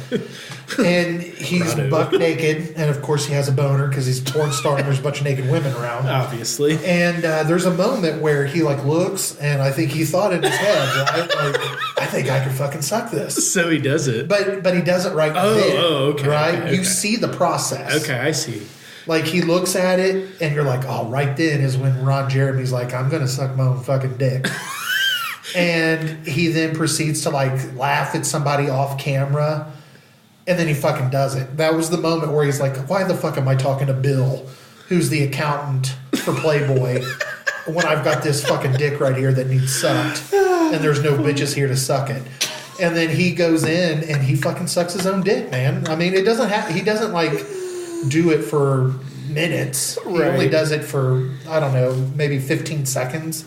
S2: And he's
S1: Grotto.
S2: buck naked, and of course he has a boner because he's a porn star and there's a bunch of naked women around.
S1: Oh. Obviously.
S2: And uh, there's a moment where he like looks, and I think he thought in his head, right, like I think I could fucking suck this.
S1: So he does it.
S2: But but he does it right
S1: Oh,
S2: then,
S1: oh, okay,
S2: right?
S1: okay,
S2: You
S1: okay.
S2: see the process.
S1: Okay, I see.
S2: Like he looks at it, and you're like, "Oh, right then is when Ron Jeremy's like, I'm gonna suck my own fucking dick," and he then proceeds to like laugh at somebody off camera, and then he fucking does it. That was the moment where he's like, "Why the fuck am I talking to Bill, who's the accountant for Playboy?" When I've got this fucking dick right here that needs sucked, and there's no bitches here to suck it, and then he goes in and he fucking sucks his own dick, man. I mean, it doesn't have he doesn't like do it for minutes. He only
S1: Right.
S2: does it for I don't know, maybe 15 seconds.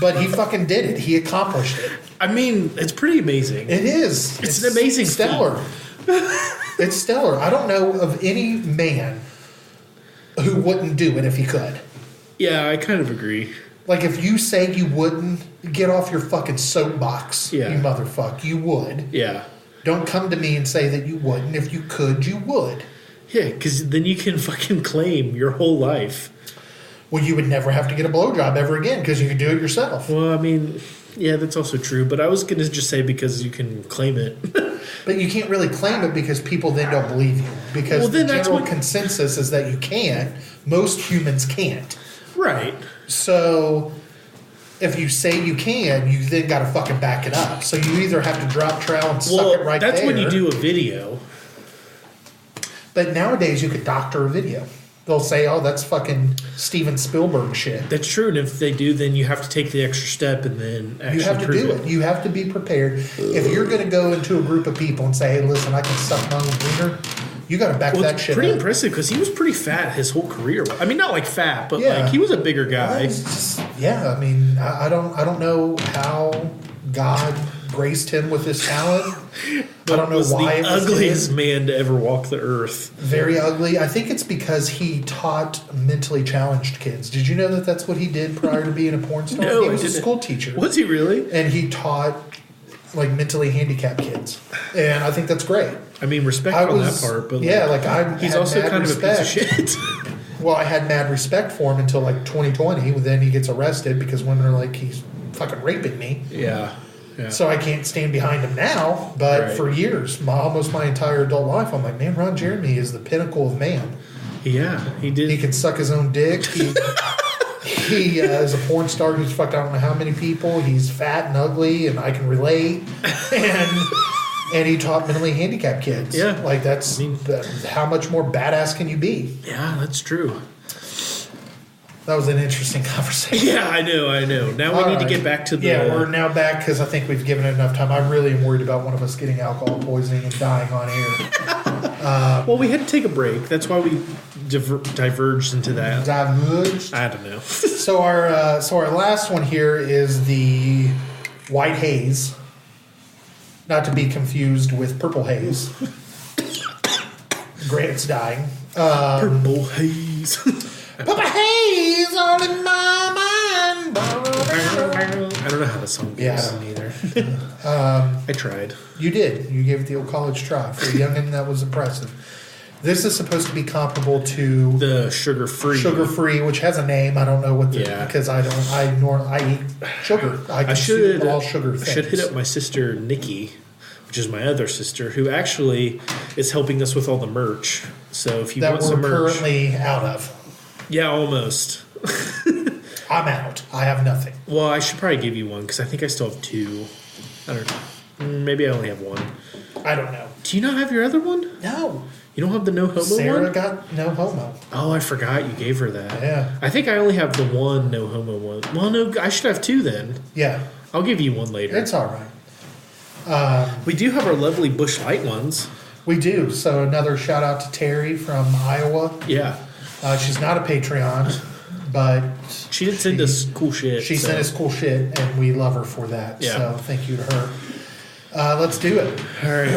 S2: but he fucking did it. He accomplished it.
S1: I mean, it's pretty amazing.
S2: It is.
S1: It's an amazing
S2: stellar. it's stellar. I don't know of any man who wouldn't do it if he could.
S1: yeah, I kind of agree.
S2: Like if you say you wouldn't, get off your fucking soapbox,
S1: Yeah.
S2: you motherfucker. You would.
S1: Yeah.
S2: Don't come to me and say that you wouldn't. If you could, you would.
S1: Yeah, because then you can fucking claim your whole life.
S2: Well, you would never have to get a blowjob ever again because you could do it yourself.
S1: Well, I mean, yeah, that's also true. But I was gonna just say because you can claim it.
S2: But you can't really claim it because people then don't believe you. Because
S1: Well, then
S2: the
S1: that's
S2: general
S1: what-
S2: consensus is that you can't. Most humans can't.
S1: right.
S2: So if you say you can, you then got to fucking back it up. So you either have to drop trowel and
S1: Well,
S2: suck it right
S1: that's
S2: there.
S1: when you do a video.
S2: But nowadays you could doctor a video. They'll say, "Oh, that's fucking Steven Spielberg shit."
S1: That's true, and if they do, then you have to take the extra step and then actually
S2: You have to
S1: prove
S2: do
S1: it.
S2: it. You have to be prepared. If you're going to go into a group of people and say, "Hey, listen, I can suck my own wiener," you got to back
S1: Well,
S2: that
S1: it's
S2: shit
S1: pretty
S2: up.
S1: impressive because he was pretty fat his whole career. I mean, not like fat, but
S2: Yeah.
S1: like he was a bigger
S2: Well,
S1: guy.
S2: it's just- yeah, I mean, I, I don't, I don't know how God graced him with this talent. I don't know
S1: was
S2: why
S1: the
S2: it was
S1: ugliest
S2: him.
S1: man to ever walk the earth.
S2: very ugly. I think it's because he taught mentally challenged kids. Did you know that that's what he did prior to being a porn star?
S1: No,
S2: he
S1: I
S2: was a
S1: didn't.
S2: school teacher,
S1: Was he really?
S2: and he taught like mentally handicapped kids, and I think that's great.
S1: I mean, respect
S2: I
S1: on
S2: was,
S1: that part, but
S2: yeah, like I,
S1: he's
S2: had
S1: also
S2: mad
S1: kind
S2: respect.
S1: of a piece of shit.
S2: Well, I had mad respect for him until like 2020. Then he gets arrested because women are like, he's fucking raping me.
S1: yeah, yeah.
S2: So I can't stand behind him now, but
S1: Right.
S2: for years, my, almost my entire adult life, I'm like, man, Ron Jeremy is the pinnacle of man.
S1: yeah, he did.
S2: He can suck his own dick. He, he uh, is a porn star who's fucked I don't know how many people. He's fat and ugly, and I can relate. And and he taught mentally handicapped kids.
S1: Yeah.
S2: like that's
S1: I mean-
S2: that, how much more badass can you be?
S1: yeah, that's true.
S2: That was an interesting conversation.
S1: Yeah, I know, I know. Now we
S2: All
S1: need to
S2: right.
S1: get back to the.
S2: Yeah, we're now back because I think we've given it enough time. I really am worried about one of us getting alcohol poisoning and dying on air.
S1: well, we had to take a break. That's why we diver- diverged into that.
S2: Diverged.
S1: I don't know.
S2: So our uh, so our last one here is the white haze, not to be confused with purple haze. Grant's dying. Uh,
S1: Purple haze.
S2: purple haze all in my mind.
S1: I don't know how the song goes.
S2: Yeah, I don't either. Um,
S1: I tried.
S2: You did. You gave it the old college try for a youngin. That was impressive. This is supposed to be comparable to
S1: The sugar free.
S2: sugar free, which has a name. I don't know what the
S1: Yeah.
S2: because I don't. I nor I eat sugar. I,
S1: I
S2: consume
S1: should
S2: all sugar.
S1: I
S2: Things.
S1: should hit up my sister Nikki, which is my other sister, who actually is helping us with all the merch. So if you
S2: that
S1: want
S2: we're
S1: some merch,
S2: currently out of.
S1: yeah, almost.
S2: I'm out. I have nothing.
S1: Well, I should probably give you one because I think I still have two. I don't know. Mm, Maybe I only have one.
S2: I don't know.
S1: Do you not have your other one?
S2: No.
S1: You don't have the no homo
S2: Sarah
S1: one?
S2: got no homo.
S1: Oh, I forgot you gave her that.
S2: Yeah.
S1: I think I only have the one no homo one. Well, no, I should have two then.
S2: Yeah,
S1: I'll give you one later.
S2: it's all right. Um,
S1: We do have our lovely Bush Light ones.
S2: we do. So another shout out to Terry from Iowa.
S1: Yeah.
S2: Uh, she's not a Patreon, but
S1: She did send us cool shit.
S2: She
S1: so-
S2: sent us cool shit, and we love her for that.
S1: Yeah.
S2: So thank you to her. Uh, let's do it.
S1: All right.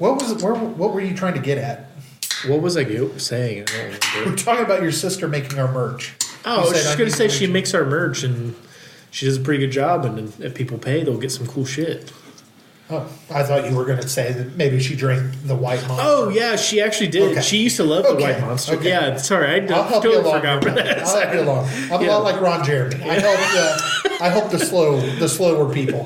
S2: What was where, what were you trying to get at?
S3: What was I go- saying? I don't
S2: We're
S3: remember.
S2: talking about your sister making our merch.
S1: Oh, I
S2: You
S1: was
S2: said
S1: just
S2: I
S1: going
S2: need
S1: to say
S2: to
S1: she
S2: make-
S1: makes our merch and she does a pretty good job. And if people pay, they'll get some cool shit.
S2: Oh, I thought you were going to say that maybe she drank the white monster.
S1: Oh, yeah. She actually did.
S2: Okay.
S1: She used to love
S2: Okay,
S1: the White Monster.
S2: okay.
S1: Yeah. Sorry. I d-
S2: I'll help
S1: totally
S2: you along.
S1: forgot about
S2: with that.
S1: that.
S2: I'll help you along. I'm a
S1: Yeah.
S2: lot like Ron Jeremy. I help. Uh, I help the slow, the slower people.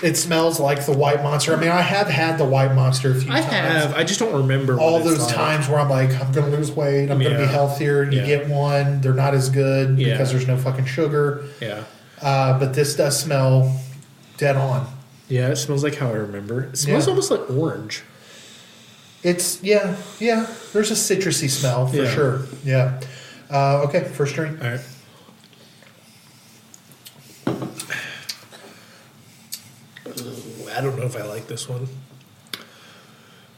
S2: It smells like the white monster. I mean, I have had the white monster a few
S1: I
S2: times.
S1: have. I just don't remember what
S2: all
S1: it's
S2: those
S1: like.
S2: times where I'm like, I'm gonna lose weight, I'm gonna
S1: Yeah.
S2: be healthier. You
S1: Yeah.
S2: get one, they're not as good
S1: Yeah.
S2: because there's no fucking sugar.
S1: Yeah.
S2: Uh, but this does smell dead on.
S1: Yeah. It smells like how I remember. It smells
S2: Yeah.
S1: almost like orange.
S2: It's yeah, yeah. There's a citrusy smell for
S1: Yeah.
S2: sure. Yeah. Uh, okay, first drink.
S1: All right. Ooh, I don't know if I like this one.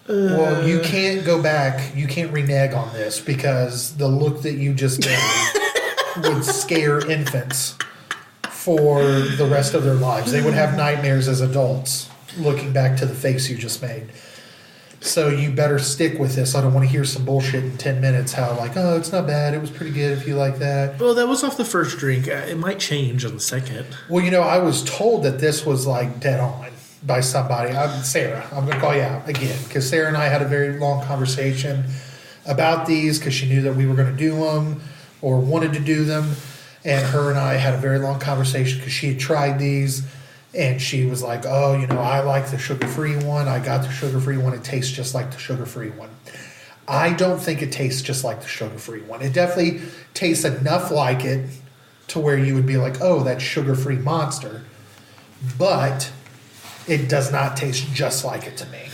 S2: well, you can't go back. You can't renege on this because the look that you just gave would scare infants for the rest of their lives. They would have nightmares as adults looking back to the face you just made. So you better stick with this. I don't want to hear some bullshit in 10 minutes how like, "Oh, it's not bad. It was pretty good if you like that."
S1: Well, that was off the first drink. Uh, It might change on the second.
S2: Well, you know, I was told that this was like dead on by somebody. I'm Sarah. I'm going to call you out again because Sarah and I had a very long conversation about these because she knew that we were going to do them or wanted to do them. And her and I had a very long conversation because she had tried these and she was like, oh, you know, I like the sugar free one. I got the sugar free one. It tastes just like the sugar free one. I don't think it tastes just like the sugar free one. It definitely tastes enough like it to where you would be like, oh, that's sugar free monster. But it does not taste just like it to me.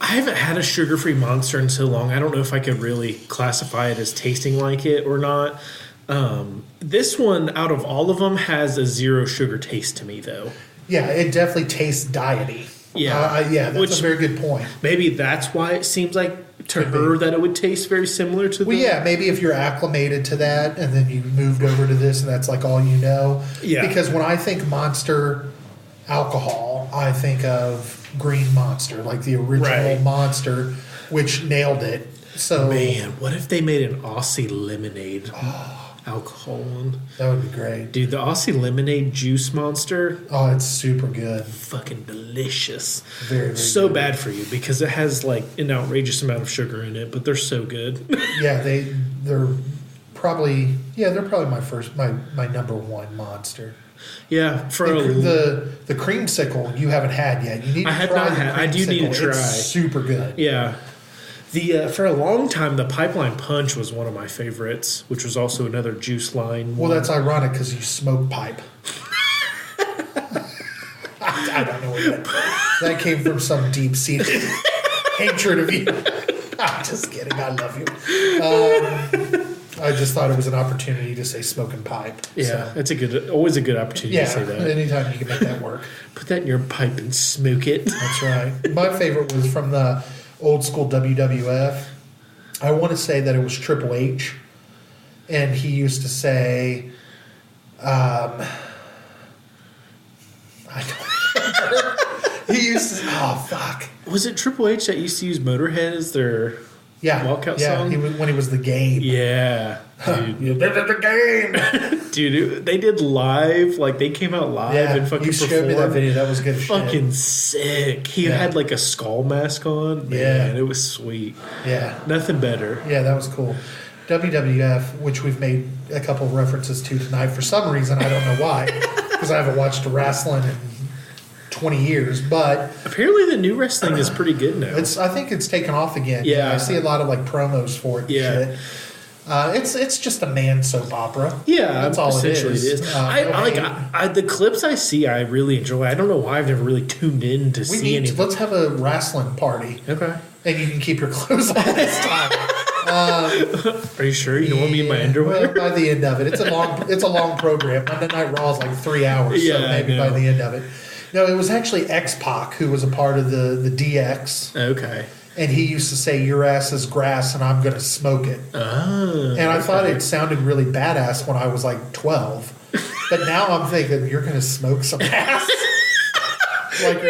S1: I haven't had a sugar free monster in so long. I don't know if I could really classify it as tasting like it or not. Um, this one, out of all of them, has a zero sugar taste to me, though.
S2: Yeah, it definitely tastes diety.
S1: Yeah.
S2: Uh, yeah, that's
S1: Which-
S2: a very good point.
S1: Maybe that's why it seems like to
S2: Could be.
S1: her that it would taste very similar to
S2: Well,
S1: the
S2: yeah, maybe if you're acclimated to that and then you moved over to this and that's like all you know.
S1: Yeah.
S2: Because when I think monster alcohol, I think of Green Monster, like the original
S1: Right.
S2: monster, which nailed it. So
S1: Man, what if they made an Aussie lemonade alcohol one?
S2: that would be great.
S1: Dude, the Aussie lemonade juice monster,
S2: Oh, it's super good.
S1: fucking delicious.
S2: Very, very
S1: so
S2: good.
S1: bad for you because it has like an outrageous amount of sugar in it, but they're so good.
S2: yeah, they they're probably yeah they're probably my first my my number one monster.
S1: yeah, for
S2: The,
S1: a,
S2: the the creamsicle you haven't had yet. You need. To
S1: I have
S2: try
S1: not
S2: the
S1: had- I do need to
S2: creamsicle.
S1: try.
S2: It's super good.
S1: yeah, the uh, for a long time the pipeline punch was one of my favorites, which was also another juice line.
S2: Well,
S1: one.
S2: that's ironic because you smoke pipe. I, I don't know where that, that came from. Some deep seated hatred of you. I'm just kidding. I love you. Um, I just thought it was an opportunity to say smoking pipe.
S1: yeah,
S2: So,
S1: it's a good always a good opportunity
S2: yeah.
S1: to say that.
S2: Anytime you can make that work.
S1: Put that in your pipe and smoke it.
S2: That's right. My favorite was from the old school WWF. I want to say that it was Triple H, and he used to say, um, I don't remember. he used to, oh, fuck.
S1: Was it Triple H that used to use Motorhead as their
S2: Yeah.
S1: Walkout
S2: yeah,
S1: song?
S2: He was, when he was the game.
S1: yeah, dude,
S2: You did it the game.
S1: dude, it- they did live like they came out live
S2: Yeah,
S1: and fucking
S2: you showed me that
S1: performed.
S2: video. That was good as shit.
S1: Fucking sick. He
S2: Yeah.
S1: had like a skull mask on.
S2: Yeah.
S1: Man, it was sweet.
S2: Yeah.
S1: Nothing better.
S2: Yeah, that was cool. WWF, which we've made a couple of references to tonight for some reason, I don't know why, because I haven't watched wrestling in 20 years, but
S1: Apparently, the new wrestling is pretty good now.
S2: it's I think it's taken off again.
S1: Yeah.
S2: I see a lot of like promos for it. And
S1: Yeah.
S2: shit. Uh, it's it's just a man soap opera.
S1: yeah,
S2: that's all it
S1: essentially
S2: is.
S1: it is.
S2: Uh,
S1: I, I like
S2: hate-
S1: I, I, the clips I see. I really enjoy. I don't know why I've never really tuned in to
S2: we
S1: see
S2: need to,
S1: anything.
S2: let's have a wrestling party,
S1: okay.
S2: and you can keep your clothes on this time.
S1: Are you sure you don't want me in my underwear?
S2: Well, by the end of it, it's a long it's a long program. Monday Night Raw is like three hours, so
S1: Yeah, I
S2: maybe by
S1: know.
S2: the end of it. No, it was actually X Pac who was a part of the the DX,
S1: Okay.
S2: and he used to say, "Your ass is grass, and I'm gonna smoke it."
S1: Oh.
S2: And I thought it sounded really badass when I was like twelve, but now I'm thinking you're gonna smoke some ass. like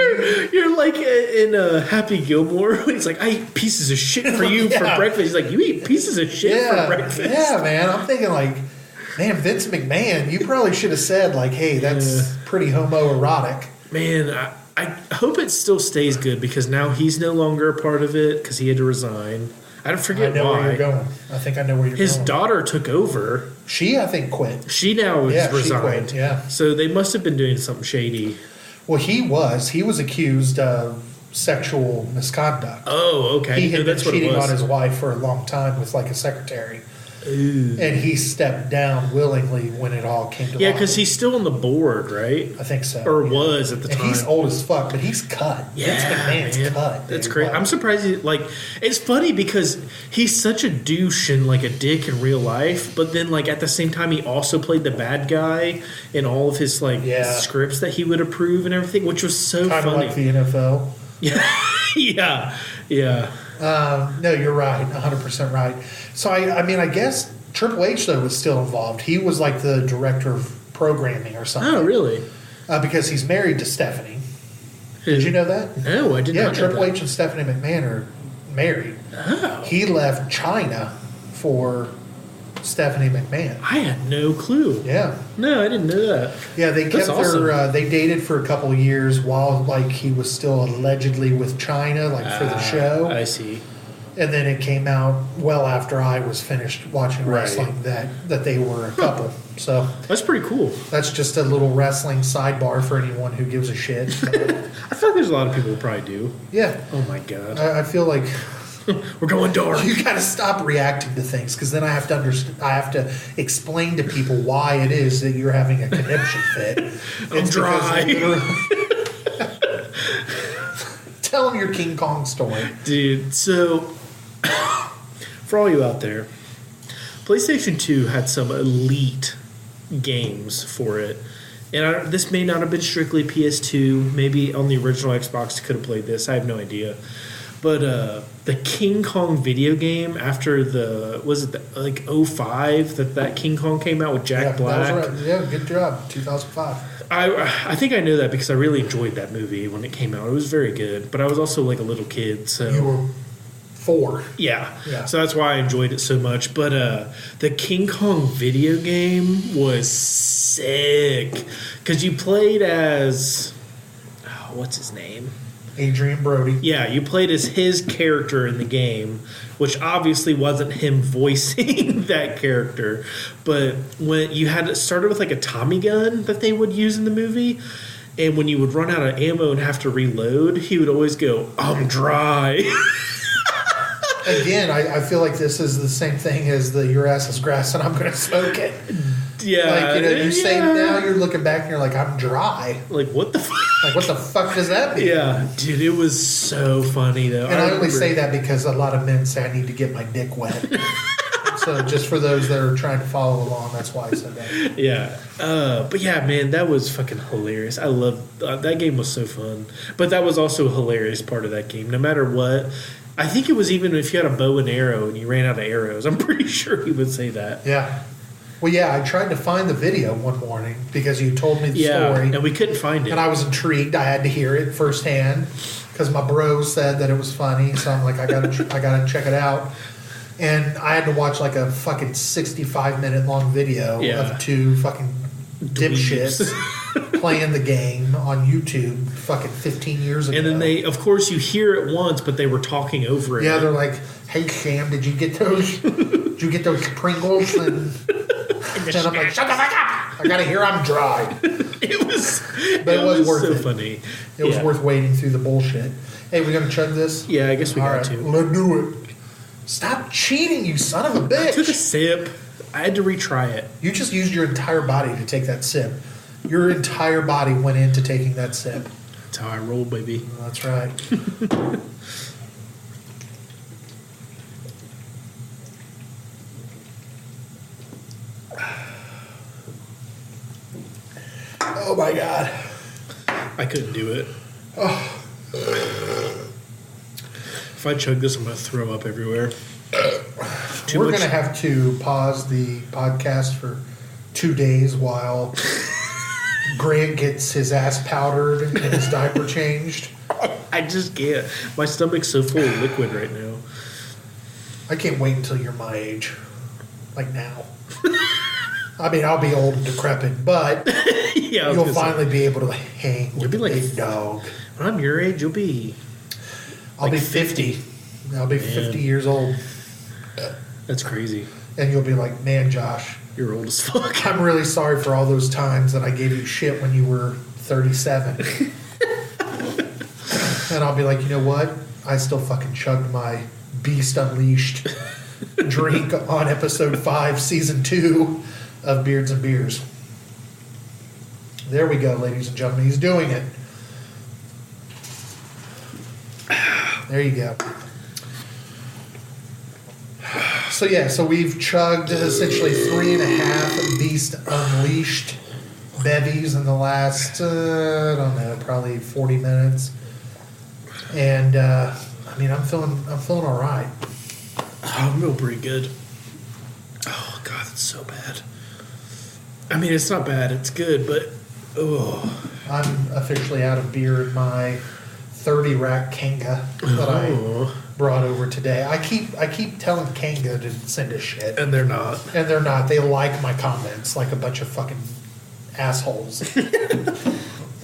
S1: You're like a- in uh, Happy Gilmore. He's like, I eat pieces of shit for you
S2: Yeah.
S1: for breakfast. He's like, you eat pieces of shit
S2: yeah,
S1: for breakfast.
S2: yeah, man. I'm thinking like, man, Vince McMahon, you probably should have said like, hey, that's pretty homoerotic.
S1: Man, I, I hope it still stays good because now he's no longer a part of it because he had to resign. I don't
S2: I
S1: forget
S2: know where
S1: why.
S2: you're going. I think I know where you're
S1: His
S2: going.
S1: daughter took over.
S2: she, I think, quit.
S1: She now is
S2: Yeah, she
S1: resigned.
S2: quit, yeah.
S1: So they must have been doing something shady.
S2: Well, he was. He was accused of sexual misconduct.
S1: Oh, okay.
S2: he
S1: No,
S2: had been
S1: that's what it
S2: cheating on
S1: was.
S2: his wife for a long time with like a secretary, and he stepped down willingly when it all came to
S1: yeah,
S2: light.
S1: because he's still on the board, right?
S2: I think so,
S1: Or
S2: Oh, yeah.
S1: was at the
S2: And
S1: time.
S2: he's old as fuck, but he's cut. Vince McMahon's
S1: man.
S2: cut.
S1: That's
S2: dude.
S1: great.
S2: Like,
S1: I'm surprised. He, like, it's funny because he's such a douche and like a dick in real life, but then like at the same time, he also played the bad guy in all of his like
S2: Yeah.
S1: scripts that he would approve and everything, which was so
S2: kind of
S1: funny.
S2: like the NFL.
S1: yeah, yeah, yeah.
S2: Um, no, you're right, 100 percent right. So I, I mean, I guess Triple H though was still involved. He was like the director of programming or something.
S1: Oh, really?
S2: Uh, because he's married to Stephanie. Did you know that?
S1: No, Oh, I did
S2: yeah,
S1: not. know
S2: Triple
S1: that.
S2: H and Stephanie McMahon are married.
S1: Oh,
S2: He left China for Stephanie McMahon.
S1: I had no clue.
S2: Yeah,
S1: No, I didn't know that.
S2: yeah. They
S1: That's
S2: kept
S1: awesome.
S2: their. Uh, they dated for a couple of years while like he was still allegedly with China, like for the
S1: Ah,
S2: show.
S1: I see.
S2: and then it came out well after I was finished watching
S1: Right.
S2: wrestling that that they were a couple. So
S1: That's pretty cool.
S2: that's just a little wrestling sidebar for anyone who gives a shit.
S1: I feel like there's a lot of people who probably do.
S2: yeah,
S1: Oh my god,
S2: I, I feel like
S1: we're going dark.
S2: you got to stop reacting to things because then I have to understand. I have to explain to people why it is that you're having a conniption fit. because
S1: dry.
S2: you're- Tell them your King Kong story.
S1: Dude, so for all you out there, PlayStation 2 had some elite games for it. And I, don't- this may not have been strictly PS2. Maybe on the original Xbox could have played this. I have no idea. But uh, the King Kong video game after the was it the, like 05 that that King Kong came out with Jack
S2: yeah,
S1: Black.
S2: That was right. Yeah, good job. 2005.
S1: I I think I know that because I really enjoyed that movie when it came out. It was very good, but I was also like a little kid, so
S2: You were four.
S1: Yeah.
S2: Yeah.
S1: So that's why I enjoyed it so much. But uh, the King Kong video game was sick because you played as oh, what's his name?
S2: Adrian Brody.
S1: Yeah, you played as his character in the game, which obviously wasn't him voicing that character. But when you had it started with like a Tommy gun that they would use in the movie, and when you would run out of ammo and have to reload, he would always go, "I'm dry."
S2: Again, I, I feel like this is the same thing as the your ass is grass and I'm going to smoke it.
S1: yeah.
S2: Like, you know, you say
S1: yeah.
S2: now you're looking back and you're like, I'm dry.
S1: Like what the fuck?
S2: Like, what the fuck does that mean?
S1: Yeah, dude, it was so funny though.
S2: And I, only
S1: remember-
S2: say that because a lot of men say I need to get my dick wet. so just for those that are trying to follow along, that's why I said that.
S1: Yeah, uh, but yeah, man, that was fucking hilarious. I love uh, that game was so fun, but that was also a hilarious part of that game. No matter what, I think it was even if you had a bow and arrow and you ran out of arrows. I'm pretty sure he would say that.
S2: Yeah. Well, yeah, I tried to find the video one morning because you told me the
S1: Yeah,
S2: story.
S1: and we couldn't find it.
S2: and I was intrigued. I had to hear it firsthand because my bro said that it was funny, so I'm like, I gotta, tr- I gotta check it out. And I had to watch like a fucking 65 minute long video
S1: Yeah.
S2: of two fucking
S1: Dweebs.
S2: dipshits playing the game on YouTube, fucking 15 years ago.
S1: and then they, of course, you hear it once, but they were talking over it.
S2: yeah, they're like, "Hey Sam, did you get those? did you get those Pringles?" And, and I'm like, "Shut the fuck up! I gotta hear I'm dry."
S1: it was,
S2: But it was worth
S1: so
S2: it.
S1: funny.
S2: It was
S1: Yeah.
S2: worth waiting through the bullshit. Hey, we gonna chug this?
S1: Yeah, I guess we got
S2: All right,
S1: to.
S2: let's do it. Stop cheating, you son of a
S1: Took a
S2: bitch!
S1: sip. I had to retry it.
S2: You just used your entire body to take that sip. Your entire body went into taking that sip.
S1: That's how I roll, baby.
S2: That's right. Oh my god.
S1: I couldn't do it. If I chug this, I'm gonna throw up everywhere. Too
S2: We're
S1: much.
S2: going to have to pause the podcast for two days while Grant gets his ass powdered and his diaper changed.
S1: I just can't. My stomach's so full of liquid right now.
S2: I can't wait until you're my age. Like now. I mean, I'll be old and decrepit, but
S1: yeah, I was
S2: you'll
S1: gonna say,
S2: finally be able to hang with
S1: You'll be
S2: the
S1: like-
S2: big dog.
S1: when I'm your age, you'll be.
S2: I'll
S1: like
S2: be 50. I'll be 50 years old.
S1: That's crazy.
S2: And you'll be like, man, Josh,
S1: You're old as fuck.
S2: I'm really sorry for all those times that I gave you shit when you were 37. and I'll be like, you know what? I still fucking chugged my Beast Unleashed drink on episode five, season two of Beards and Beers. There we go, ladies and gentlemen. He's doing it. There you go. So yeah, so we've chugged essentially three and a half Beast Unleashed bevies in the last uh, I don't know, probably forty minutes, and uh, I mean I'm feeling I'm feeling all right.
S1: Oh, I'm real pretty good. Oh god, it's so bad. I mean, it's not bad. It's good, but oh,
S2: I'm officially out of beer in my thirty rack Kanga that
S1: Oh.
S2: I brought over today. I keep I keep telling Kanga to send us shit.
S1: and they're not.
S2: And they're not. They like my comments like a bunch of fucking assholes.
S1: Do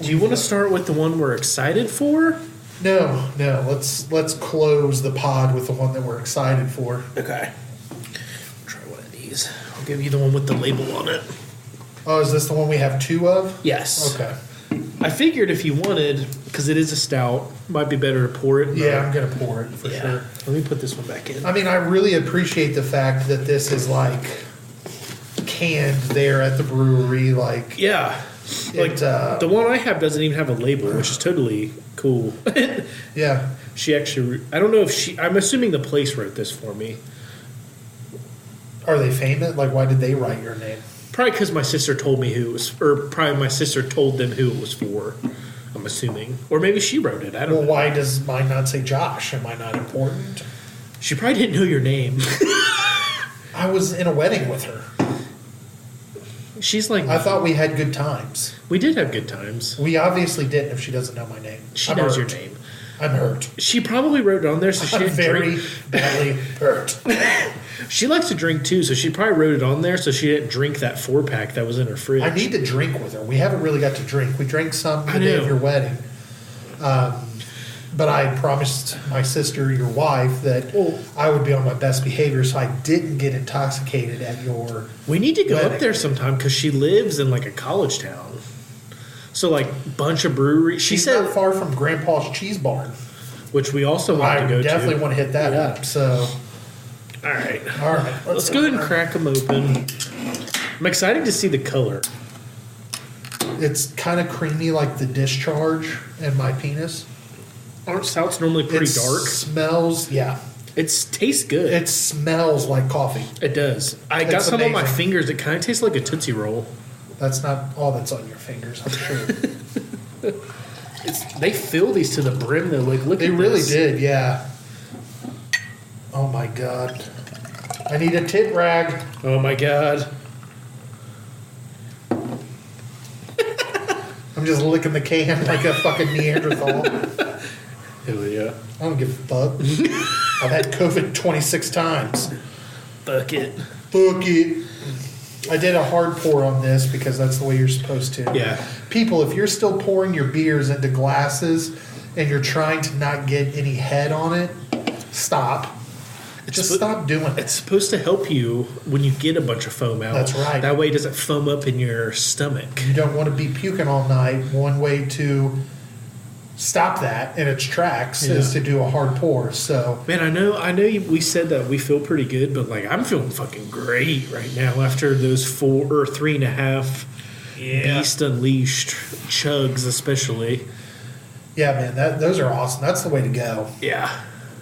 S1: you want to start with the one we're excited for?
S2: No, no. Let's let's close the pod with the one that we're excited for.
S1: Okay. Try one of these. I'll give you the one with the label on it.
S2: Oh, is this the one we have two of?
S1: Yes.
S2: Okay.
S1: I figured if you wanted, because it is a stout, might be better to pour it. in the-
S2: Yeah, I'm gonna pour it for
S1: Yeah.
S2: sure.
S1: Let me put this one back in.
S2: I mean, I really appreciate the fact that this is like canned there at the brewery. Like,
S1: yeah. Like
S2: It, uh,
S1: the one I have doesn't even have a label, which is totally cool.
S2: yeah,
S1: she actually, I don't know if she. I'm assuming the place wrote this for me.
S2: are they famous? Like, why did they write your name?
S1: Probably because my sister told me who it was, or probably my sister told them who it was for. I'm assuming, or maybe she wrote it. I don't
S2: Well,
S1: know.
S2: why does mine not say Josh? Am I not important?
S1: She probably didn't know your name.
S2: I was in a wedding with her.
S1: She's like,
S2: I thought we had good times.
S1: we did have good times.
S2: We obviously didn't. If she doesn't know my name,
S1: She
S2: I'm
S1: knows
S2: hurt.
S1: your name.
S2: I'm hurt.
S1: She probably wrote it on there, so she
S2: I'm
S1: didn't drink.
S2: very badly hurt.
S1: She likes to drink too, so she probably wrote it on there so she didn't drink that four pack that was in her fridge.
S2: I need to drink with her. We haven't really got to drink. We drank some the
S1: I
S2: day of
S1: know.
S2: your wedding. Um, but I promised my sister, your wife, that
S1: Well-
S2: I would be on my best behavior, so I didn't get intoxicated at your.
S1: we need to go
S2: Wedding.
S1: up there sometime because she lives in like a college town. So like bunch of breweries. She
S2: She's
S1: said,
S2: not far from Grandpa's Cheese Barn.
S1: which we also want
S2: I
S1: to go
S2: definitely
S1: to.
S2: want to hit that
S1: Yeah.
S2: up. So,
S1: All right,
S2: all right,
S1: let's go ahead and crack them open. I'm excited to see the color.
S2: It's kind of creamy, like the discharge in my penis.
S1: Aren't stouts normally pretty
S2: It
S1: dark?
S2: Smells, yeah.
S1: It's tastes good.
S2: It smells like coffee.
S1: it does. I got
S2: It's
S1: some on my
S2: amazing.
S1: fingers. It kind of tastes like a tootsie roll.
S2: That's not all that's on your fingers, I'm sure.
S1: It's, they fill these to the brim though. Like look,
S2: They
S1: at
S2: really
S1: this.
S2: did, yeah. Oh my god. I need a tit rag.
S1: Oh my god.
S2: I'm just licking the can like a fucking Neanderthal. I
S1: Hell yeah.
S2: don't give a fuck. I've had COVID 26 times.
S1: Fuck it.
S2: Fuck it. I did a hard pour on this because that's the way you're supposed to.
S1: Yeah.
S2: People, if you're still pouring your beers into glasses and you're trying to not get any head on it, stop. Just
S1: sp-
S2: stop doing it.
S1: It's supposed to help you when you get a bunch of foam out.
S2: That's right.
S1: That way it doesn't foam up in your stomach.
S2: you don't want to be puking all night. One way to stop that in its tracks is to
S1: Yeah.
S2: do a hard pour. So
S1: Man, I know, I know. You, we said that we feel pretty good, but like I'm feeling fucking great right now after those four or three and a half beast unleashed chugs, especially.
S2: yeah, man, that those are awesome. That's the way to go.
S1: Yeah.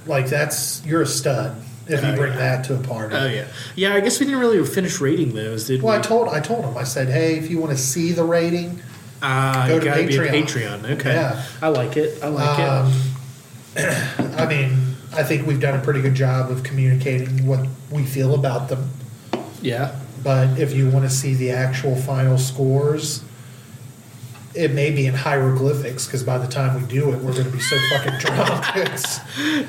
S2: Like that's you're a stud if you
S1: Oh,
S2: bring
S1: yeah.
S2: that to a party.
S1: Oh yeah. Yeah. I guess we didn't really finish rating those, did
S2: Well, I
S1: we?
S2: told I told him I said, hey, if you want to see the rating,
S1: Ah,
S2: Go
S1: you
S2: to
S1: gotta be a
S2: Patreon.
S1: Patreon. Okay.
S2: Yeah.
S1: I like it. I like
S2: Um,
S1: it.
S2: I mean, I think we've done a pretty good job of communicating what we feel about them.
S1: Yeah.
S2: But if you want to see the actual final scores, it may be in hieroglyphics because by the time we do it, we're going to be so fucking drunk. It's,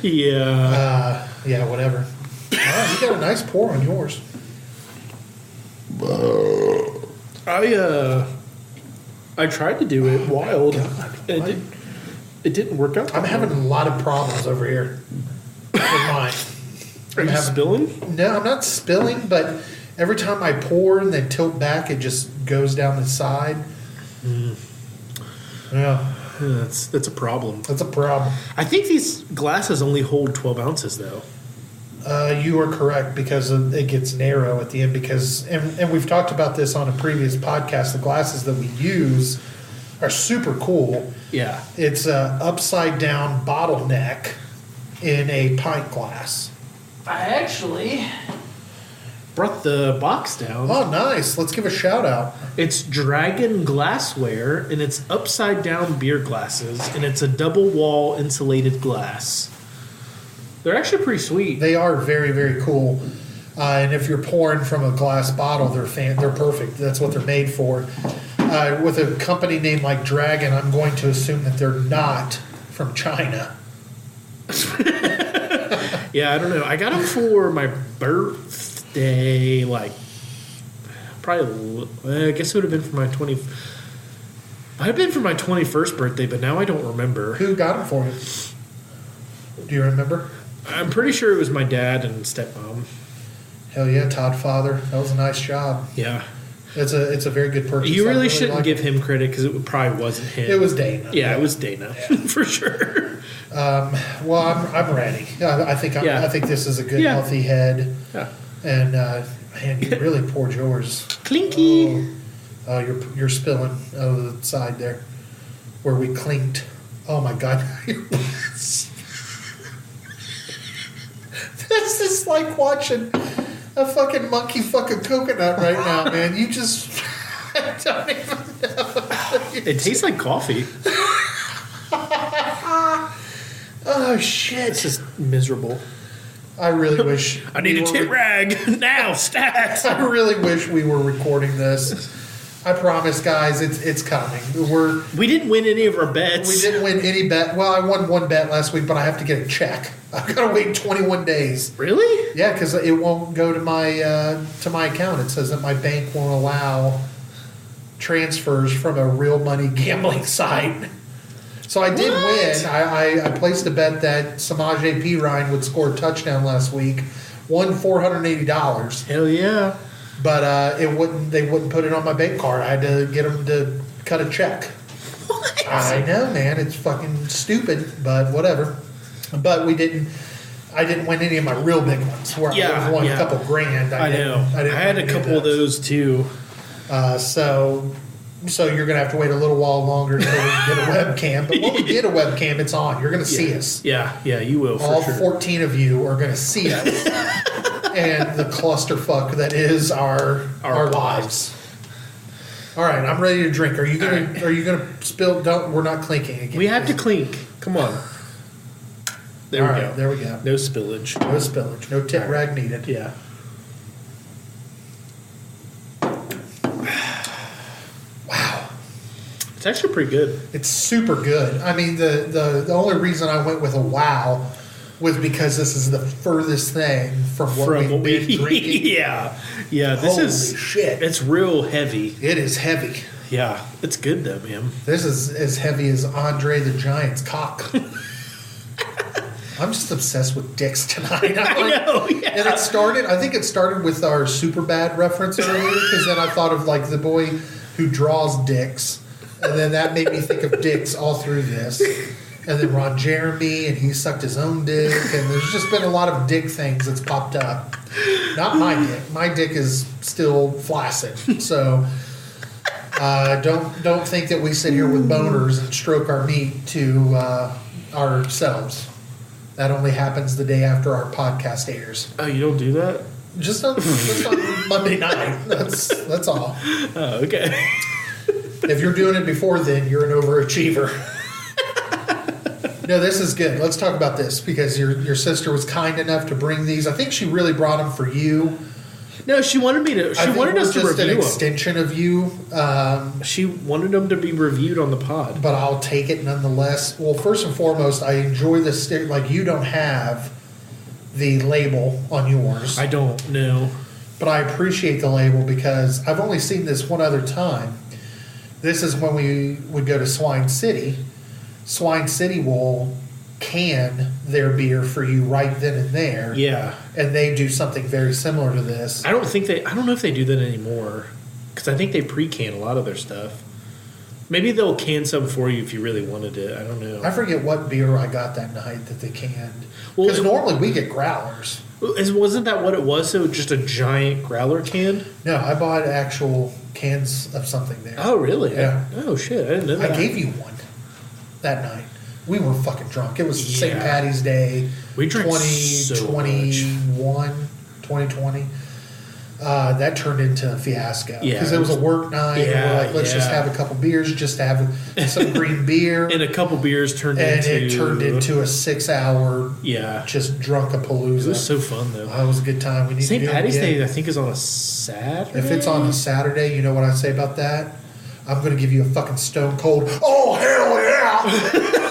S1: Yeah.
S2: uh, yeah, whatever. Oh, you got a nice pour on yours.
S1: I uh I tried to do it wild. and it,
S2: what?
S1: did, it didn't work out.
S2: I'm having a lot of problems over here with mine.
S1: Are you
S2: having-
S1: spilling?
S2: No, I'm not spilling, but every time I pour and then tilt back, it just goes down the side. Yeah,
S1: Yeah, That's that's a problem.
S2: that's a problem.
S1: I think these glasses only hold twelve ounces though.
S2: Uh, you are correct because of- it gets narrow at the end. Because and, and we've talked about this on a previous podcast. The glasses that we use are super cool.
S1: Yeah.
S2: It's a upside down bottleneck in a pint glass.
S4: I actually.
S1: Brought the box down.
S2: Oh, nice! Let's give a shout out.
S1: It's Dragon Glassware, and it's upside down beer glasses, and it's a double wall insulated glass. They're actually pretty sweet.
S2: They are very very cool. Uh, and if you're pouring from a glass bottle, they're fan- they're perfect. That's what they're made for. Uh, with a company name like Dragon, I'm going to assume that they're not from China.
S1: Yeah, I don't know. I got them for my birthday, like probably. well, I guess it would have been for my twenty. Might have been for my twenty-first birthday, but now I don't remember.
S2: Who got them for you? Do you remember?
S1: I'm pretty sure it was my dad and stepmom.
S2: Hell yeah, Todd Father. That was a nice job.
S1: Yeah,
S2: It's a it's a very good purchase.
S1: you
S2: I
S1: really shouldn't
S2: like
S1: give him credit because it probably wasn't him.
S2: It. It was Dana.
S1: Yeah, it was Dana for sure.
S2: Um, well, I'm, I'm ready. I, I think I'm,
S1: Yeah.
S2: I think this is a good
S1: Yeah.
S2: healthy head.
S1: Yeah.
S2: And uh, man, you really poured yours.
S1: Clinky.
S2: Oh, you're you're spilling out of the side there, where we clinked. Oh my god, this is like watching a fucking monkey fucking coconut right now, man. You just I don't even
S1: It tastes like coffee.
S2: Oh shit!
S1: This is miserable.
S2: I really wish
S1: I need
S2: we
S1: a
S2: were-
S1: tit rag now, stats.
S2: I really wish we were recording this. I promise, guys, it's it's coming. We're
S1: We didn't win any of our
S2: we
S1: bets.
S2: didn't win any bet. Well, I won one bet last week, but I have to get a check. I've got to wait 21 days.
S1: Really?
S2: Yeah, because it won't go to my uh, to my account. It says that my bank won't allow transfers from a real money gambling site. So I did win. I, I, I placed a bet that Samaj P. Ryan would score a touchdown last week, won four hundred eighty dollars,
S1: Hell yeah.
S2: but uh, it wouldn't. They wouldn't put it on my bank card. I had to get them to cut a check. I know, man. It's fucking stupid, but whatever. But we didn't. I didn't win any of my real big ones. Where I
S1: Yeah,
S2: would've won
S1: yeah.
S2: a couple grand.
S1: I
S2: didn't-
S1: know. I,
S2: didn't
S1: had
S2: win
S1: a
S2: any
S1: couple of those too.
S2: Uh, so, so you're gonna have to wait a little while longer until we get a webcam. But when we get a webcam, it's on. You're gonna see us.
S1: Yeah, yeah, you will for
S2: All
S1: sure.
S2: 14 of you are gonna see us. and the clusterfuck that is our
S1: Our
S2: our,
S1: lives.
S2: lives. All right, I'm ready to drink. Are you gonna Are you gonna spill? Don't. We're not clinking again.
S1: we have to clink. Come on. There
S2: All
S1: we
S2: right,
S1: go.
S2: There we go.
S1: No spillage.
S2: No spillage, no tit rag needed.
S1: Yeah.
S2: Wow,
S1: It's actually pretty good.
S2: it's super good. I mean, the, the the only reason I went with a wow was because this is the furthest thing from what
S1: From
S2: we've
S1: what we
S2: been drinking.
S1: Yeah. Yeah, this
S2: Holy
S1: is
S2: shit.
S1: It's real heavy.
S2: It is heavy.
S1: Yeah. It's good though, man.
S2: This is as heavy as Andre the Giant's cock. I'm just obsessed with dicks tonight. I'm like-
S1: know, yeah.
S2: And it started. I think it started with our super bad reference earlier, because then I thought of like the boy who draws dicks, and then that made me think of dicks all through this. And then Ron Jeremy, and he sucked his own dick, and there's just been a lot of dick things that's popped up. Not my dick. My dick is still flaccid, so uh, don't don't think that we sit here with boners and stroke our meat to uh, ourselves. That only happens the day after our podcast airs.
S1: Oh, you don't do that?
S2: Just on, just on Monday night. That's that's all.
S1: Oh, okay.
S2: If you're doing it before then, you're an overachiever. no, this is good. Let's talk about this because your your sister was kind enough to bring these. I think she really brought them for you.
S1: No, she wanted me to.
S2: I
S1: She
S2: think
S1: wanted
S2: we're
S1: us to
S2: just
S1: review
S2: an
S1: them.
S2: extension of you, um,
S1: She wanted them to be reviewed on the pod.
S2: but I'll take it nonetheless. Well, first and foremost, I enjoy the stick. Like you don't have the label on yours.
S1: I don't know.
S2: but I appreciate the label because I've only seen this one other time. This is when we would go to Swine City. Swine City will can their beer for you right then and there.
S1: Yeah,
S2: And they do something very similar to this.
S1: I don't think they. I don't know if they do that anymore because I think they pre-can a lot of their stuff. Maybe they'll can some for you if you really wanted it. I don't know.
S2: I forget what beer I got that night that they canned.
S1: Well,
S2: Because
S1: it-
S2: normally we get growlers.
S1: Is- wasn't that what it was? So just a giant growler can.
S2: No, I bought actual cans of something there.
S1: Oh really?
S2: Yeah.
S1: oh shit! I didn't know that.
S2: I gave you one that night. We were fucking drunk. It was St.
S1: Yeah.
S2: Patty's Day.
S1: We drank so
S2: 2021, 2020. Uh, that turned into a fiasco
S1: Yeah,
S2: because it was a work night. and
S1: Yeah,
S2: we're like, let's just
S1: yeah.
S2: have a couple beers, just to have some green beer,
S1: and a couple beers turned
S2: and
S1: into.
S2: it turned into a six-hour
S1: Yeah,
S2: just drunk a
S1: it was
S2: palooza.
S1: so fun though.
S2: That was a good time. We need
S1: St.
S2: to do it
S1: Patty's
S2: again.
S1: Day, I think, is on a Saturday.
S2: If it's on a Saturday, you know what I say about that? I'm gonna give you a fucking stone cold. Oh hell yeah!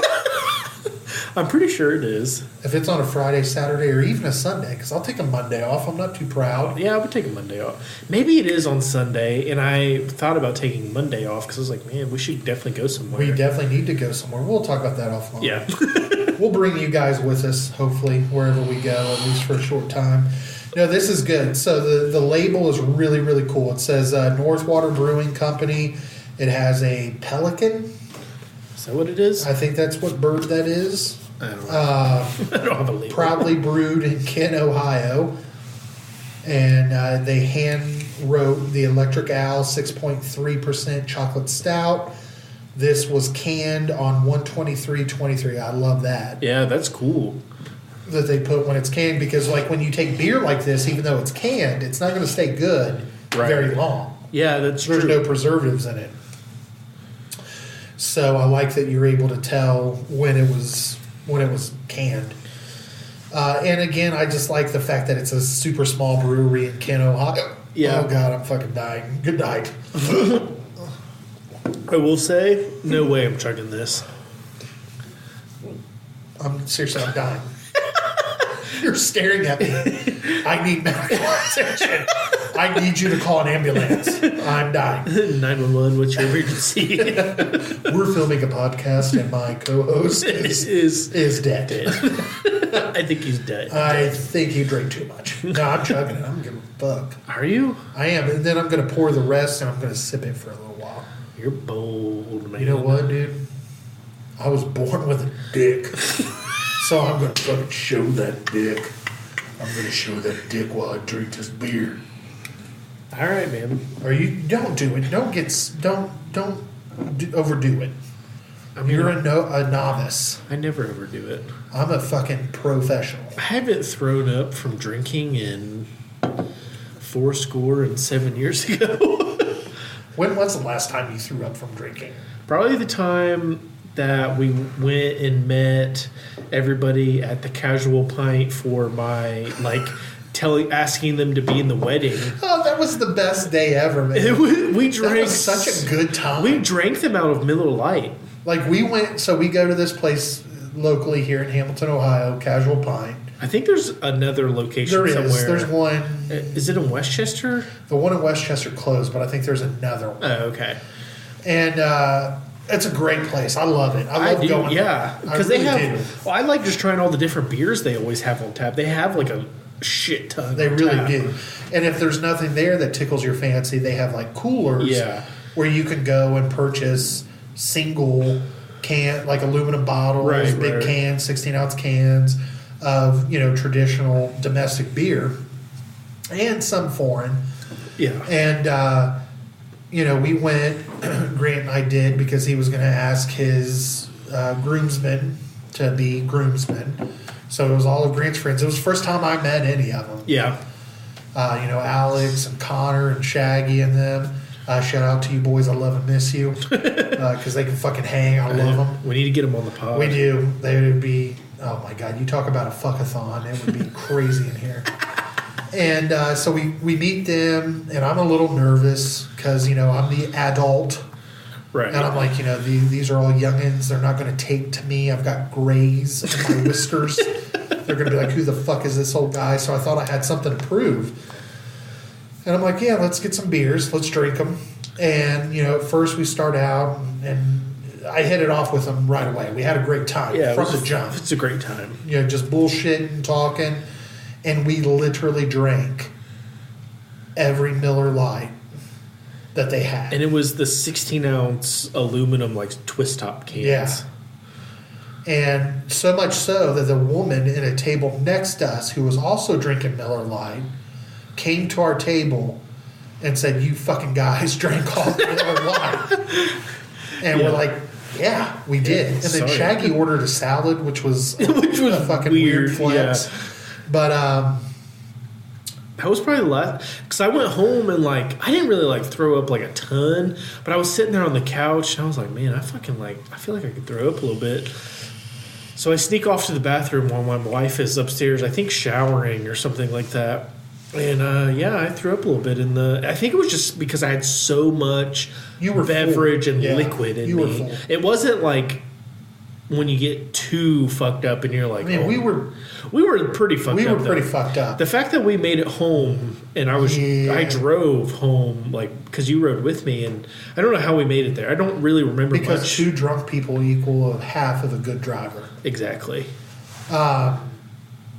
S1: I'm pretty sure it is.
S2: if it's on a Friday, Saturday, or even a Sunday, because I'll take a Monday off. I'm not too proud.
S1: Yeah, I would take a Monday off. Maybe it is on Sunday, and I thought about taking Monday off because I was like, man, we should definitely go somewhere.
S2: We definitely need to go somewhere. We'll talk about that offline.
S1: yeah.
S2: We'll bring you guys with us, hopefully, wherever we go, at least for a short time. No, this is good. So the, the label is really, really cool. It says uh, Northwater Brewing Company. It has a pelican.
S1: is that what it is? I,
S2: I think that's what bird that is.
S1: don't know.
S2: Uh,
S1: I don't have a label.
S2: proudly brewed in Kent, Ohio. And uh, they hand wrote the Electric Owl 6.3% chocolate stout. This was canned on 123.23. I love that.
S1: Yeah, that's cool.
S2: That they put when it's canned because, like, when you take beer like this, even though it's canned, it's not going to stay good
S1: Right.
S2: very long.
S1: Yeah, that's
S2: There's
S1: true.
S2: no preservatives in it. So I like that you're able to tell when it was when it was canned. Uh, and again, I just like the fact that it's a super small brewery in Kent, Ohio.
S1: Yeah.
S2: Oh God, I'm fucking dying. Good night.
S1: I will say, no way I'm chugging this.
S2: I'm seriously, I'm dying. you're staring at me. I need medical attention. I need you to call an ambulance. I'm dying.
S1: 911, what's your emergency? it
S2: We're filming a podcast, and my co-host is
S1: is
S2: is dead.
S1: dead. I think he's dead.
S2: I think you drink too much. No, I'm chugging it. I'm giving a fuck.
S1: Are you?
S2: I am, and then I'm gonna pour the rest, and I'm gonna sip it for a little while.
S1: You're bold, man.
S2: You know what, dude? I was born with a dick, so I'm gonna fucking show that dick. I'm gonna show that dick while I drink this beer.
S1: All right, man.
S2: Or you don't do it. Don't get s- don't don't do, overdo it.
S1: I mean,
S2: You're a no a novice.
S1: I never overdo it.
S2: I'm a fucking professional.
S1: I haven't thrown up from drinking in four score and seven years ago.
S2: When was the last time you threw up from drinking?
S1: Probably the time that we went and met everybody at the casual pint for my like telling asking them to be in the wedding.
S2: Oh, that was the best day ever, man.
S1: It was, we
S2: That
S1: drank
S2: was such a good time.
S1: we drank them out of Miller Lite.
S2: like we went, so we go to this place locally here in Hamilton, Ohio, Casual Pine.
S1: I think there's another location
S2: There is,
S1: somewhere. Uh,
S2: there's one.
S1: Is it in Westchester?
S2: The one in Westchester closed, but I think there's another one,
S1: Oh, okay.
S2: and uh, it's a great place. I love it. I
S1: I
S2: love
S1: do,
S2: going.
S1: yeah,
S2: there. I
S1: because they
S2: really
S1: have. Well, I like just trying all the different beers they always have on tap. They have like a shit ton.
S2: do. They
S1: on
S2: really
S1: tap.
S2: do. And if there's nothing there that tickles your fancy, they have like coolers,
S1: Yeah.
S2: where you can go and purchase single can like aluminum bottles,
S1: Right,
S2: big
S1: right.
S2: cans, sixteen ounce cans of you know traditional domestic beer, and some foreign.
S1: Yeah,
S2: And uh, you know, we went. Grant and I did because he was going to ask his uh, groomsmen to be groomsmen. So it was all of Grant's friends. It was the first time I met any of them.
S1: yeah.
S2: Uh, you know, Alex and Connor and Shaggy and them. Uh, shout out to you boys. I love and miss you because they can fucking hang. I love them.
S1: We need to get them on the pod.
S2: We do. They would be. Oh my god! You talk about a fuckathon. It would be crazy in here. And uh, so we we meet them, and I'm a little nervous because you know I'm the adult,
S1: Right.
S2: and I'm like, you know, the, these are all youngins. They're not going to take to me. I've got grays in my whiskers. They're going to be like, who the fuck is this old guy? So I thought I had something to prove. And I'm like, yeah, let's get some beers. Let's drink them. And, you know, at first we start out, and I hit it off with them right away. We had a great time
S1: yeah, it
S2: from
S1: was
S2: the
S1: a-
S2: jump
S1: It's a great time.
S2: you know, just bullshitting, talking, and we literally drank every Miller Lite that they had.
S1: And it was the 16 ounce aluminum like twist top cans.
S2: Yeah. And so much so that the woman in a table next to us, who was also drinking Miller Lite, came to our table and said, "You fucking guys drank all the Miller Lite," and
S1: Yeah.
S2: we're like. Yeah, we did. and then
S1: sorry.
S2: Shaggy ordered a salad, which was
S1: Which was
S2: a fucking weird,
S1: weird,
S2: flex. But um,
S1: That was probably the last because I went home and like I didn't really like throw up like a ton, but I was sitting there on the couch and I was like, man, I fucking like I feel like I could throw up a little bit. So I sneak off to the bathroom while my wife is upstairs, I think showering or something like that. And uh, yeah, I threw up a little bit in the. I think it was just because I had so much
S2: You were full.
S1: beverage and
S2: Yeah,
S1: liquid in
S2: you were
S1: me.
S2: full.
S1: It wasn't like when you get too fucked up and you're like,
S2: I mean,
S1: oh,
S2: we were
S1: we were pretty fucked
S2: we
S1: up.
S2: were pretty
S1: though.
S2: fucked up.
S1: The fact that we made it home and I was
S2: Yeah.
S1: I drove home like because you rode with me and I don't know how we made it there. I don't really remember
S2: because
S1: much
S2: two drunk people equal a half of a good driver.
S1: exactly.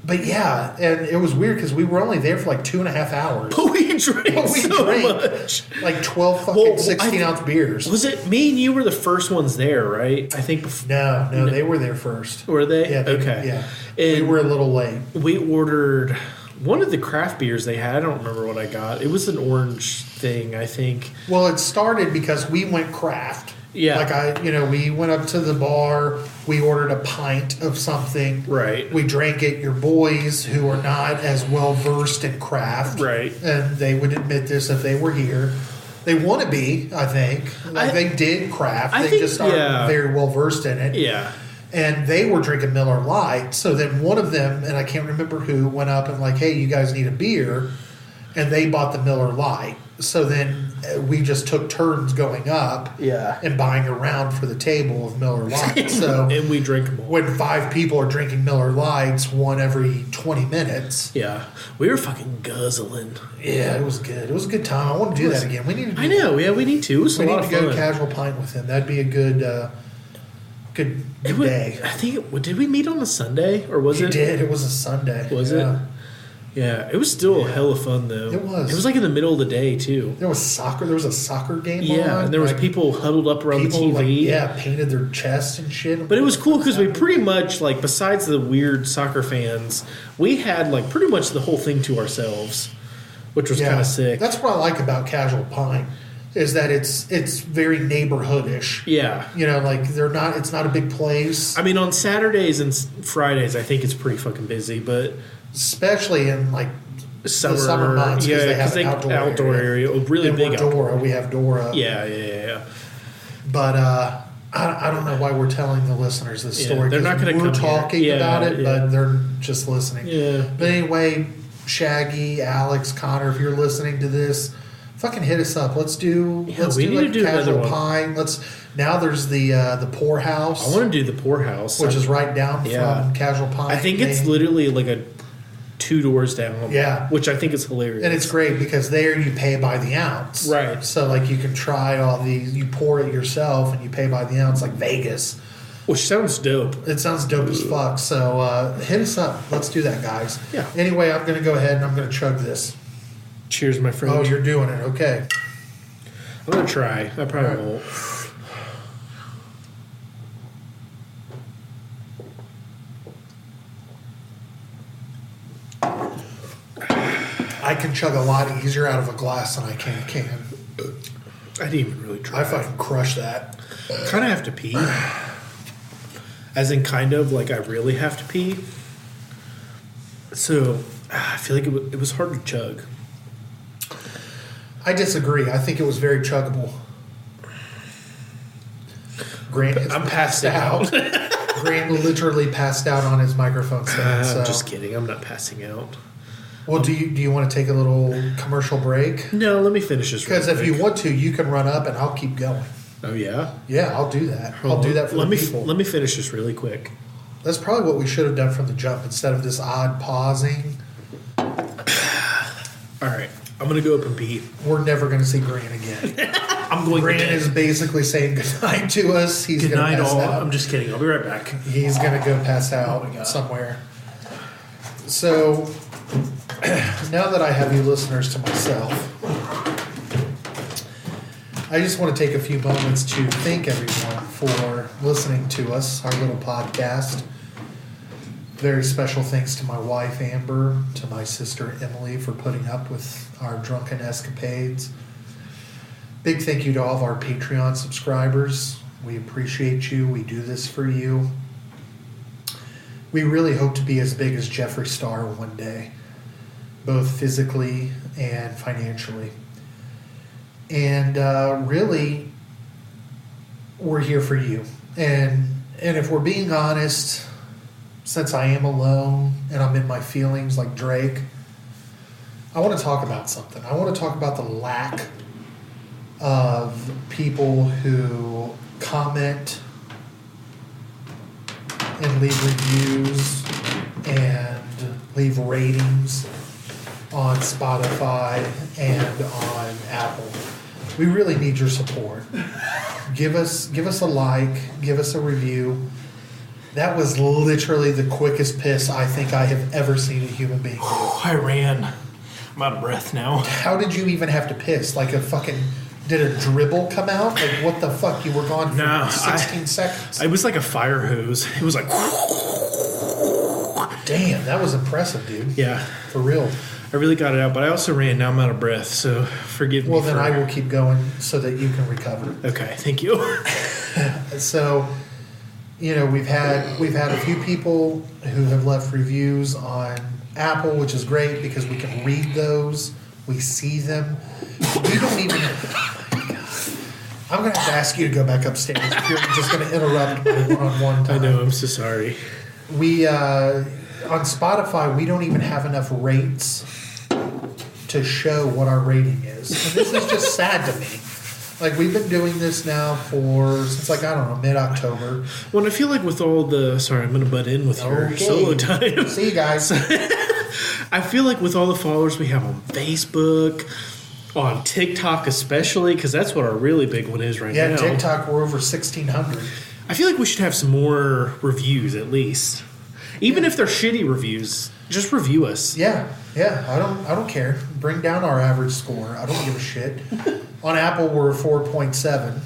S2: But yeah, and it was weird because we were only there for like two and a half hours,
S1: But we drank
S2: But we
S1: so
S2: drank.
S1: much.
S2: like twelve fucking
S1: Well, I
S2: sixteen
S1: think-
S2: ounce beers.
S1: Was it me and you were the first ones there, right? I think before,
S2: No, no, they were there first.
S1: were they?
S2: Yeah, they-
S1: okay.
S2: yeah.
S1: And
S2: we were a little late.
S1: we ordered one of the craft beers they had. I don't remember what I got. It was an orange thing, I think.
S2: Well, it started because we went craft.
S1: Yeah.
S2: like I, you know, we went up to the bar. We ordered a pint of something.
S1: Right.
S2: We drank it. Your boys, who are not as well versed in craft,
S1: Right.
S2: and they would admit this if they were here. They want to be, I think. Like
S1: I-
S2: they did craft.
S1: I
S2: they
S1: think-
S2: just aren't
S1: yeah.
S2: very well versed in it.
S1: Yeah.
S2: And they were drinking Miller Lite. So then one of them, and I can't remember who, went up and like, "Hey, you guys need a beer," and they bought the Miller Lite. So then uh, we just took turns going up,
S1: Yeah.
S2: and buying a round for the table of Miller Lite. So
S1: And we drank more.
S2: when five people are drinking Miller Lights, one every 20 minutes.
S1: Yeah. We were fucking guzzling.
S2: Yeah, it was good. It was a good time. I want to do that again. We need to. Do,
S1: I know. Yeah, we need to. It was a
S2: We
S1: lot
S2: need to
S1: of
S2: go
S1: fun.
S2: casual pint with him. That'd be a good, uh, good,
S1: It
S2: good
S1: was,
S2: day.
S1: I think it, did we meet on a Sunday or was
S2: We
S1: it?
S2: did. It was a Sunday.
S1: Was
S2: yeah.
S1: Yeah, it was still hella fun though.
S2: It was.
S1: It was like in the middle of the day too.
S2: There was soccer. There was a soccer game.
S1: Yeah,
S2: on.
S1: and there was
S2: Like,
S1: people huddled up around
S2: people,
S1: the
S2: like,
S1: TV.
S2: yeah, painted their chests and shit.
S1: But it was cool because we pretty much like besides the weird soccer fans, we had like pretty much the whole thing to ourselves, which was kind of sick.
S2: That's what I like about casual pint is that it's it's very neighborhoodish.
S1: yeah.
S2: You know, like they're not. It's not a big place.
S1: I mean, on Saturdays and s- Fridays, I think it's pretty fucking busy, but
S2: especially in like
S1: summer,
S2: summer months, 'cause
S1: yeah,
S2: they have
S1: they
S2: an
S1: outdoor,
S2: outdoor
S1: area,
S2: area.
S1: a really
S2: in
S1: big outdoor.
S2: Dora, we have Dora.
S1: Yeah, yeah, yeah, yeah.
S2: But uh, I, I don't know why we're telling the listeners this
S1: Yeah,
S2: story.
S1: they're
S2: 'cause
S1: not gonna come
S2: We're
S1: here.
S2: talking
S1: Yeah,
S2: about it,
S1: yeah.
S2: but they're just listening.
S1: Yeah.
S2: But anyway, Shaggy, Alex, Connor, if you're listening to this, fucking hit us up. Let's do.
S1: Yeah,
S2: let's
S1: we
S2: do
S1: need
S2: like
S1: to do another
S2: casual
S1: one.
S2: pine. Let's. Now there's the uh, the poorhouse,
S1: I want to do the poorhouse,
S2: which is right down
S1: Yeah.
S2: from casual pine.
S1: I think it's
S2: They-
S1: literally like a two doors down.
S2: Yeah.
S1: which I think is hilarious.
S2: And it's great because there you pay by the ounce.
S1: Right.
S2: So like you can try all these you pour it yourself and you pay by the ounce like Vegas.
S1: which sounds dope.
S2: It sounds dope as fuck. So uh, hit us up. Let's do that, guys.
S1: Yeah.
S2: Anyway, I'm gonna go ahead and I'm gonna chug this.
S1: Cheers, my
S2: Oh,
S1: friend.
S2: you're doing it. Okay.
S1: I'm gonna try. I probably
S2: Alright.
S1: won't.
S2: I can chug a lot easier out of a glass than I can a can.
S1: I didn't even really try.
S2: I fucking crush that.
S1: kind of have to pee. As in, kind of like I really have to pee. So ah, I feel like it, w- it was hard to chug.
S2: I disagree. I think it was very chuggable. Grant, is
S1: I'm
S2: passed
S1: passing
S2: out.
S1: out.
S2: Grant literally passed out on his microphone stand.
S1: I'm
S2: so.
S1: Uh, just kidding. I'm not passing out.
S2: well, do you do you want to take a little commercial break?
S1: No, let me finish this.
S2: Because
S1: real
S2: if you
S1: quick.
S2: want to, you can run up and I'll keep going.
S1: oh yeah,
S2: Yeah, I'll do that. I'll do that for
S1: let
S2: the
S1: me
S2: people.
S1: let me finish this really quick.
S2: That's probably what we should have done from the jump instead of this odd pausing.
S1: All right, I'm gonna go up and pee.
S2: We're never going to see Grant again.
S1: I'm going.
S2: Grant
S1: to
S2: is basically saying goodnight to us. He's
S1: Good
S2: going to
S1: night,
S2: pass
S1: all.
S2: out.
S1: I'm just kidding. I'll be right back.
S2: He's going to go pass out somewhere. So now that I have you listeners to myself, I just want to take a few moments to thank everyone for listening to us, our little podcast. Very special thanks to my wife, Amber, to my sister, Emily, for putting up with our drunken escapades. Big thank you to all of our Patreon subscribers. We appreciate you. We do this for you. We really hope to be as big as Jeffree Star one day, both physically and financially. And uh, really, we're here for you. And and if we're being honest, since I am alone and I'm in my feelings like Drake, I want to talk about something. I want to talk about the lack of people who comment and leave reviews and leave ratings on Spotify and on Apple. We really need your support. Give us give us a like, give us a review. That was literally the quickest piss I think I have ever seen a human being. do.
S1: Oh, I ran. I'm out of breath now.
S2: How did you even have to piss? Like a fucking did a dribble come out? Like what the fuck? You were gone for
S1: No, I-
S2: sixteen seconds.
S1: It was like a fire hose. It was like,
S2: Damn, that was impressive, dude.
S1: yeah,
S2: For real.
S1: I really got it out. But I also ran. Now I'm out of breath. So forgive
S2: Well,
S1: me.
S2: then
S1: for-
S2: I will keep going so that you can recover.
S1: Okay, thank you.
S2: So, you know, we've had we've had a few people who have left reviews on Apple, which is great because we can read those, we see them. We don't even. I'm gonna have to ask you to go back upstairs. If you're just gonna interrupt my one-on-one
S1: I
S2: time.
S1: know. I'm so sorry.
S2: we uh, on Spotify we don't even have enough rates to show what our rating is, and this is just sad to me. Like we've been doing this now for since like I don't know mid October.
S1: Well, and I feel like with all the sorry, I'm gonna butt in with your Oh, solo time.
S2: See you guys.
S1: I feel like with all the followers we have on Facebook, on TikTok especially, because that's what our really big one is right
S2: Yeah,
S1: now.
S2: TikTok we're over sixteen hundred.
S1: I feel like we should have some more reviews at least, even if they're shitty reviews. Just review us.
S2: Yeah, yeah. I don't I don't care. Bring down our average score. I don't give a shit. on Apple we're four point seven,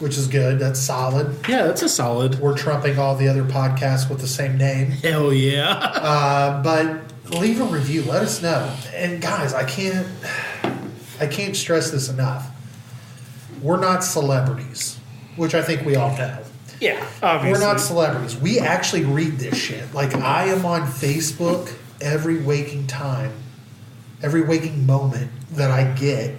S2: which is good. That's solid.
S1: Yeah, that's a solid.
S2: We're trumping all the other podcasts with the same name.
S1: Hell yeah.
S2: Uh, but leave a review. Let us know. And guys, I can't, I can't stress this enough. We're not celebrities, which I think we all know.
S1: yeah, obviously.
S2: We're not celebrities. We actually read this shit. Like I am on Facebook every waking time, every waking moment that I get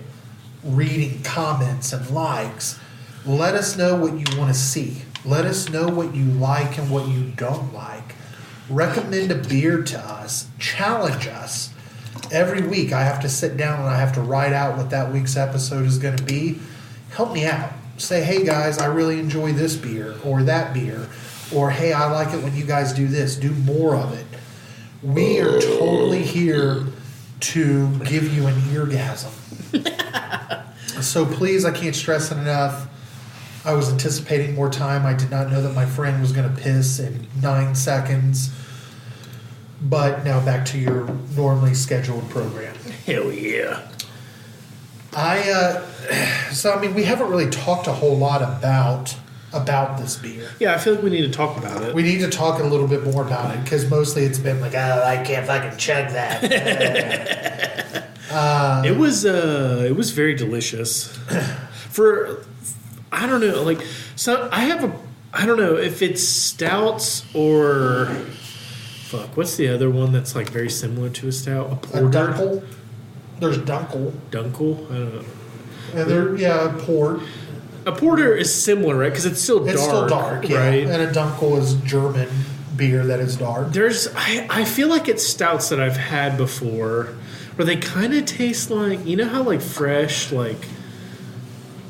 S2: reading comments and likes. Let us know what you want to see. Let us know what you like and what you don't like. Recommend a beer to us. Challenge us. Every week I have to sit down and I have to write out what that week's episode is going to be. Help me out. Say, hey guys, I really enjoy this beer or that beer. Or hey, I like it when you guys do this. Do more of it. We are totally here to give you an eargasm. So please, I can't stress it enough. I was anticipating more time. I did not know that my friend was going to piss in nine seconds. But now back to your normally scheduled program.
S1: Hell yeah.
S2: I uh, so I mean we haven't really talked a whole lot about about this beer.
S1: Yeah, I feel like we need to talk about it.
S2: We need to talk a little bit more about it because mostly it's been like
S4: Oh, I can't fucking chug that.
S1: It was uh, it was very delicious. For I don't know, like so I have a I don't know if it's stouts or fuck. What's the other one that's like very similar to a stout? A
S2: a
S1: porter,
S2: dunkel. There's dunkel.
S1: dunkel. I don't know.
S2: And they're yeah, port.
S1: A porter is similar, right? Because it's still
S2: It's
S1: dark.
S2: still dark, yeah.
S1: right?
S2: And a dunkel is German beer that is dark.
S1: There's, I, I feel like it's stouts that I've had before, where they kind of taste like you know how like fresh like,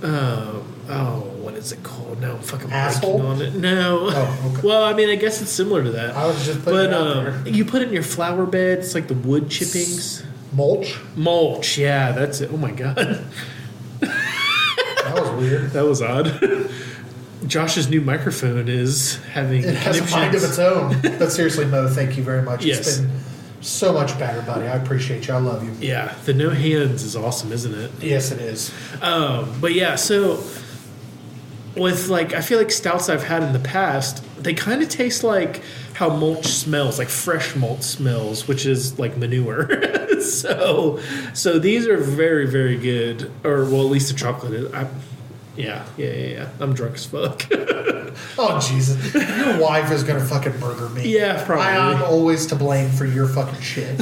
S1: um, oh, what is it called? No, I'm fucking
S2: Asshole?
S1: blanking on it. No.
S2: Oh, okay.
S1: Well, I mean, I guess it's similar to that.
S2: I was just putting
S1: but
S2: it out
S1: um, you put it in your flower bed. It's like the wood chippings,
S2: Mulch.
S1: mulch. Yeah, that's it. Oh my god,
S2: That was weird.
S1: that was odd. Josh's new microphone is having
S2: It has a mind of
S1: conniptions.
S2: its own. But seriously, Mo, thank you very much.
S1: Yes.
S2: It's been so much better, buddy. I appreciate you. I love you.
S1: Yeah, the no hands is awesome, isn't it?
S2: Yes, it is.
S1: Um, but yeah, so with like I feel like stouts I've had in the past, they kind of taste like how mulch smells, like fresh mulch smells, which is like manure. so, so these are very very good, or well at least the chocolate. Is, I, yeah, yeah, yeah, yeah. I'm drunk as fuck.
S2: Oh Jesus! Your wife is gonna fucking murder me.
S1: Yeah, probably.
S2: I am always to blame for your fucking shit.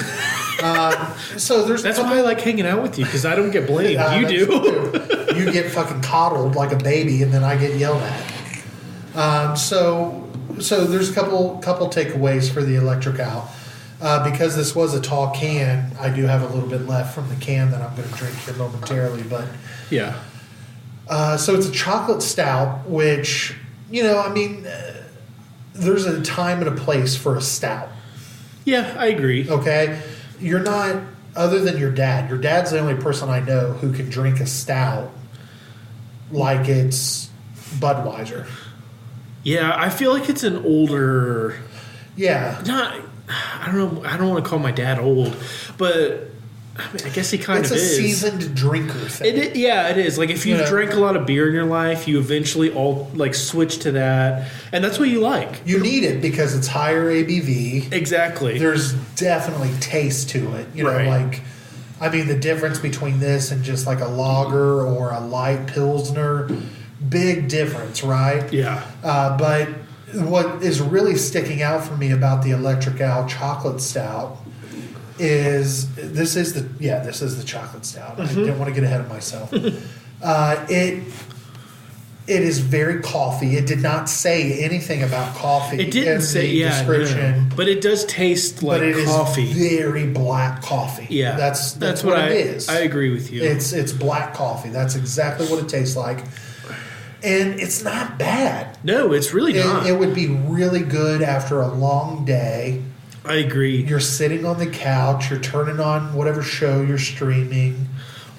S2: uh, so there's
S1: That's why I like hanging out with you because I don't get blamed.
S2: Yeah,
S1: you
S2: that's
S1: do.
S2: true. you get fucking coddled like a baby, and then I get yelled at. Um, so, so there's a couple couple takeaways for the electric owl. Uh, because this was a tall can, I do have a little bit left from the can that I'm going to drink here momentarily. But
S1: Yeah,
S2: uh, so it's a chocolate stout, which you know, I mean, uh, there's a time and a place for a stout.
S1: yeah, I agree.
S2: Oh. Okay, you're not other than your dad. Your dad's the only person I know who can drink a stout like it's Budweiser.
S1: Yeah, I feel like it's an older
S2: Yeah,
S1: not I don't know I don't want to call my dad old, but I mean I guess he kind
S2: it's a
S1: of is.
S2: seasoned drinker
S1: It
S2: thing.
S1: i- yeah, it is. Like if you've
S2: Yeah.
S1: drank a lot of beer in your life, you eventually all like switch to that, and that's what you like.
S2: You need it because it's higher ABV.
S1: Exactly.
S2: There's definitely taste to it. You know,
S1: Right.
S2: like I mean, the difference between this and just like a lager or a light pilsner, big difference, right?
S1: yeah.
S2: Uh, but what is really sticking out for me about the Electric Owl Chocolate Stout is this is the yeah this is the chocolate stout. I
S1: Mm-hmm.
S2: didn't want to get ahead of myself. uh, it it is very coffee. It did not say anything about coffee.
S1: It didn't
S2: in
S1: say
S2: the
S1: yeah, no.
S2: description.
S1: but it does taste like
S2: but it is
S1: coffee.
S2: very black coffee.
S1: yeah,
S2: that's that's, what,
S1: I,
S2: it is.
S1: I agree with you.
S2: It's it's black coffee. That's exactly what it tastes like, and it's not bad
S1: no, it's really not.
S2: it, it would be really good after a long day.
S1: I agree.
S2: You're sitting on the couch, you're turning on whatever show you're streaming.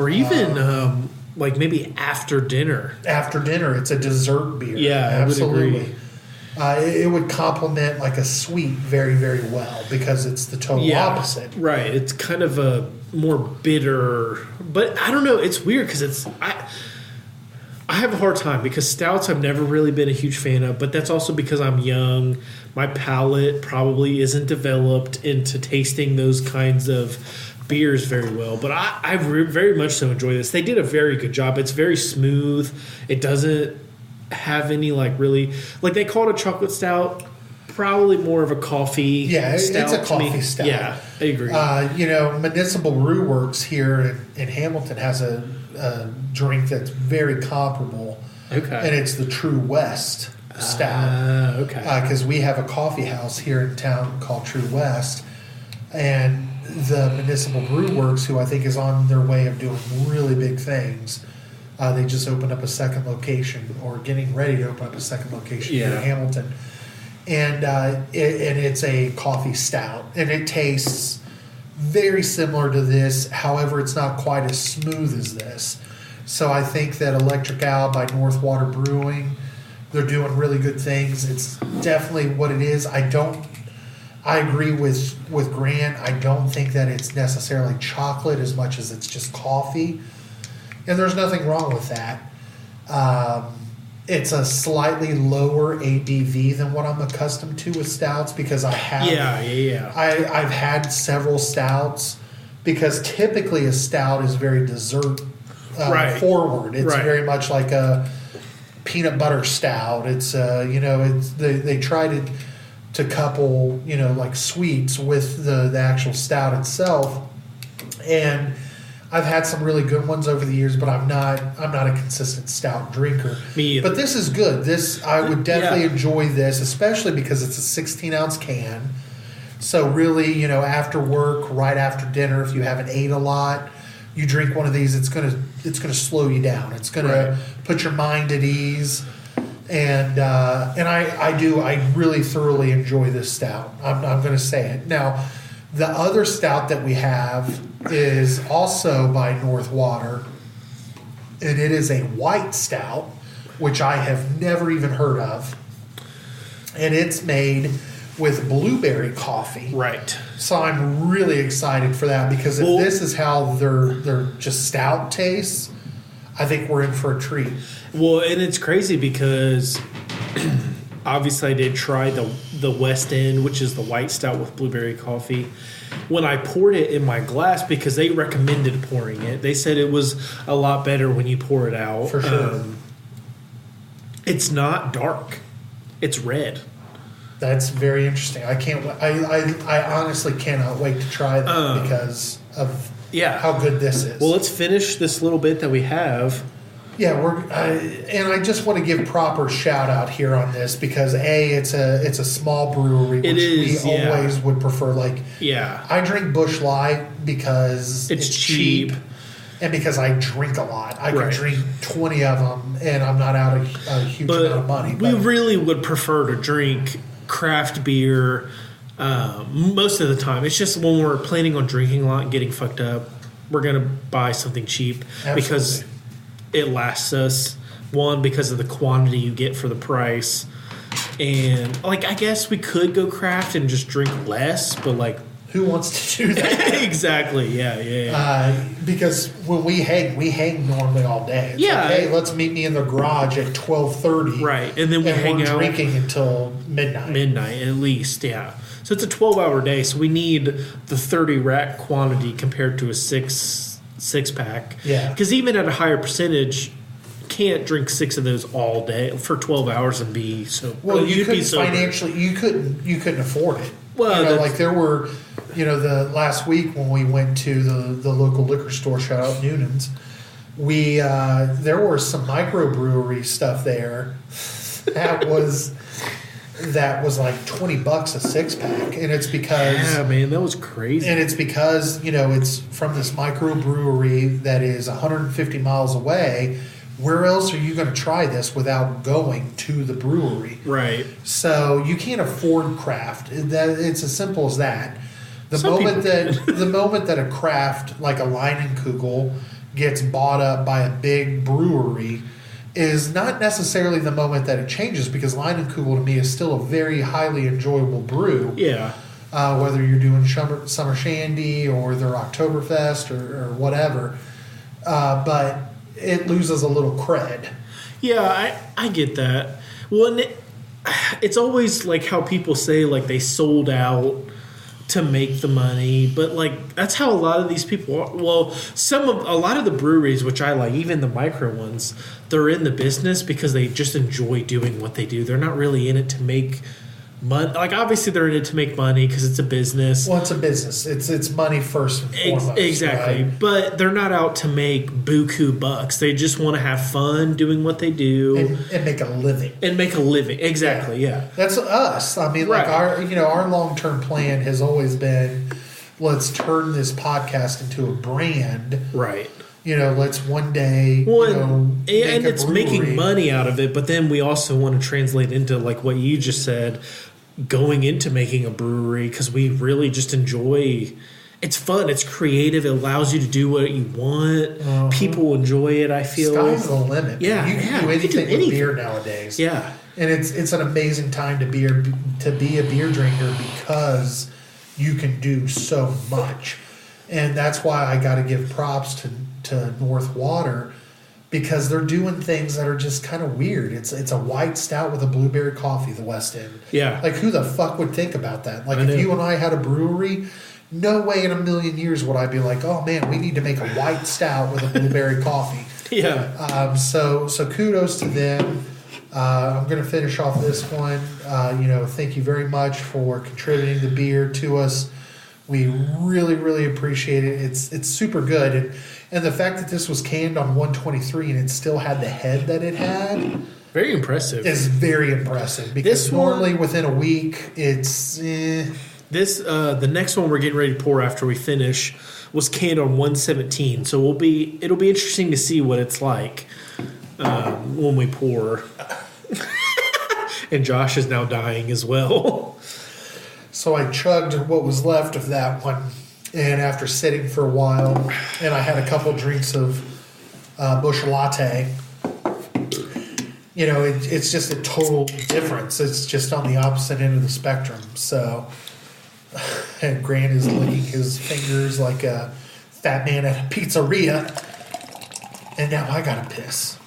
S1: Or even um, like maybe after dinner.
S2: After dinner, it's a dessert beer.
S1: Yeah, I would agree.
S2: Uh, it, it would complement like a sweet very, very well because it's the total opposite.
S1: Right. It's kind of a more bitter, but I don't know. It's weird because it's I. I have a hard time because stouts I've never really been a huge fan of, but that's also because I'm young. My palate probably isn't developed into tasting those kinds of beers very well. But I, I re- very much so enjoy this. They did a very good job. It's very smooth. It doesn't have any like really like they call it a chocolate stout. Probably more of a coffee.
S2: Yeah, it- it's
S1: stout
S2: a
S1: to
S2: coffee
S1: me.
S2: stout.
S1: Yeah, I agree.
S2: Uh, you know, Municipal Brew Works here in, in Hamilton has a, a drink that's very comparable, and
S1: okay. Ah,
S2: it's the True West stout.
S1: Uh, okay.
S2: because we have a coffee house here in town called True West, and the Municipal Brew Works, who I think is on their way of doing really big things, uh, they just opened up a second location or getting ready to open up a second location here
S1: Yeah.
S2: in Hamilton, and uh, it, and it's a coffee stout, and it tastes very similar to this. However, it's not quite as smooth as this. So I think that Electric Owl by North Water Brewing, they're doing really good things. It's definitely what it is. I don't. I agree with with Grant. I don't think that it's necessarily chocolate as much as it's just coffee, and there's nothing wrong with that. Um, it's a slightly lower ABV than what I'm accustomed to with stouts because I have
S1: yeah, yeah, yeah.
S2: I, I've had several stouts because typically a stout is very dessert uh,
S1: Right.
S2: forward. It's
S1: Right.
S2: very much like a peanut butter stout. It's uh, you know it's they, they try to to couple you know like sweets with the the actual stout itself, and I've had some really good ones over the years, but I'm not I'm not a consistent stout drinker.
S1: Me either.
S2: But this is good. This I would definitely
S1: Yeah.
S2: enjoy this, especially because it's a 16 ounce can. So really, you know, after work, right after dinner, if you haven't ate a lot, you drink one of these. It's gonna it's gonna slow you down. It's gonna put your mind at ease. And uh, and I, I do I really thoroughly enjoy this stout. I'm, I'm gonna say it now. The other stout that we have is also by North Water, and it is a white stout, which I have never even heard of. And it's made with blueberry coffee.
S1: Right.
S2: So I'm really excited for that because if
S1: Well-
S2: this is how their their just stout tastes, I think we're in for a treat.
S1: Well, and it's crazy because obviously I did try the the West End, which is the white stout with blueberry coffee. When I poured it in my glass, because they recommended pouring it, they said it was a lot better when you pour it out. Um,
S2: For sure.
S1: it's not dark; it's red.
S2: That's very interesting. I can't. wa- I I, I honestly cannot wait to try that
S1: Um,
S2: because of
S1: Yeah.
S2: how good this is.
S1: well, let's finish this little bit that we have.
S2: Yeah, we're uh, and I just want to give proper shout out here on this because a it's a it's a small brewery
S1: It
S2: which
S1: is,
S2: we
S1: yeah.
S2: always would prefer. Like
S1: Yeah,
S2: I drink Bush Light because
S1: It's cheap.
S2: and because I drink a lot. I
S1: Right.
S2: could drink twenty of them and I'm not out a, a huge amount
S1: but
S2: of money.
S1: we
S2: But
S1: really would prefer to drink craft beer uh, most of the time. It's just when we're planning on drinking a lot and getting fucked up, we're gonna buy something cheap because it lasts us. One because of the quantity you get for the price, and like I guess we could go craft and just drink less, but like
S2: who wants to do that?
S1: exactly, yeah, yeah, yeah.
S2: Uh, because when we hang, we hang normally all day. It's
S1: Yeah.
S2: Like, hey, let's meet me in the garage at twelve thirty.
S1: Right, and then
S2: And
S1: we hang
S2: we're
S1: out.
S2: drinking until midnight.
S1: midnight at least yeah so it's a 12 hour day so we need the 30 rack quantity compared to a six six pack
S2: Yeah.
S1: because even at a higher percentage can't drink six of those all day for 12 hours and be so
S2: Well,
S1: oh,
S2: you
S1: you'd
S2: couldn't
S1: be sober.
S2: financially, you couldn't, you couldn't afford it.
S1: Well,
S2: you know,
S1: that's-
S2: like there were, you know, the last week when we went to the the local liquor store, shout out Noonan's, we uh, there were some microbrewery stuff there that was that was like twenty bucks a six pack, and it's because
S1: yeah man that was crazy
S2: and it's because you know it's from this microbrewery that is 150 miles away. Where else are you going to try this without going to the brewery?
S1: right
S2: So you can't afford craft. That it's as simple as that. The
S1: Some
S2: moment
S1: people
S2: that the moment that a craft like a Leinenkugel gets bought up by a big brewery is not necessarily the moment that it changes because Leinenkugel to me is still a very highly enjoyable brew.
S1: yeah
S2: Uh, whether you're doing summer, summer shandy or their Oktoberfest or, or whatever, uh, but it loses a little cred.
S1: Yeah, I, I get that. Well, and it, it's always like how people say like they sold out to make the money, but like that's how a lot of these people are. Well, some of a lot of the breweries which I like, even the micro ones, they're in the business because they just enjoy doing what they do. They're not really in it to make money. Like obviously they're in it to make money because it's a business.
S2: Well, it's a business. It's it's money first and
S1: Ex-
S2: foremost.
S1: exactly.
S2: right?
S1: But they're not out to make buku bucks. They just want to have fun doing what they do
S2: and, and make a living.
S1: and make a living. Exactly. Yeah.
S2: That's us. I mean, like
S1: Right.
S2: our you know our long term plan has always been, let's turn this podcast into a brand.
S1: Right.
S2: You know, let's one day.
S1: Well,
S2: you know,
S1: and,
S2: make
S1: and
S2: a
S1: it's making
S2: brewery.
S1: money out of it, but then we also want to translate into like what you just said, going into making a brewery because we really just enjoy. It's fun. It's creative. It allows you to do what you want.
S2: Uh-huh.
S1: People enjoy it. I feel.
S2: Sky's the limit.
S1: Yeah,
S2: you can
S1: yeah,
S2: do
S1: you can do
S2: anything with beer
S1: anything.
S2: nowadays.
S1: Yeah.
S2: and it's it's an amazing time to be a, to be a beer drinker because you can do so much, and that's why I got to give props to to North Water because they're doing things that are just kind of weird. It's it's a white stout with a blueberry coffee, the West End.
S1: Yeah.
S2: like who the fuck would think about that? Like
S1: I
S2: if
S1: know.
S2: you and I had a brewery. No way in a million years would I be like, oh man, we need to make a white stout with a blueberry coffee.
S1: Yeah.
S2: Um, so so kudos to them. Uh, I'm going to finish off this one. Uh, you know, thank you very much for contributing the beer to us. We really, really appreciate it. It's it's super good, and, and the fact that this was canned on 123 and it still had the head that it had
S1: Very impressive.
S2: is very impressive. Because
S1: This one-
S2: normally within a week, it's eh,
S1: This uh, the next one we're getting ready to pour after we finish was canned on 117, so we'll be it'll be interesting to see what it's like um, when we pour. and Josh is now dying as well.
S2: So I chugged what was left of that one, and after sitting for a while, and I had a couple drinks of uh, bush latte. You know, it, it's just a total difference. It's just on the opposite end of the spectrum. So, and Grant is licking his fingers like a fat man at a pizzeria, and now I gotta piss.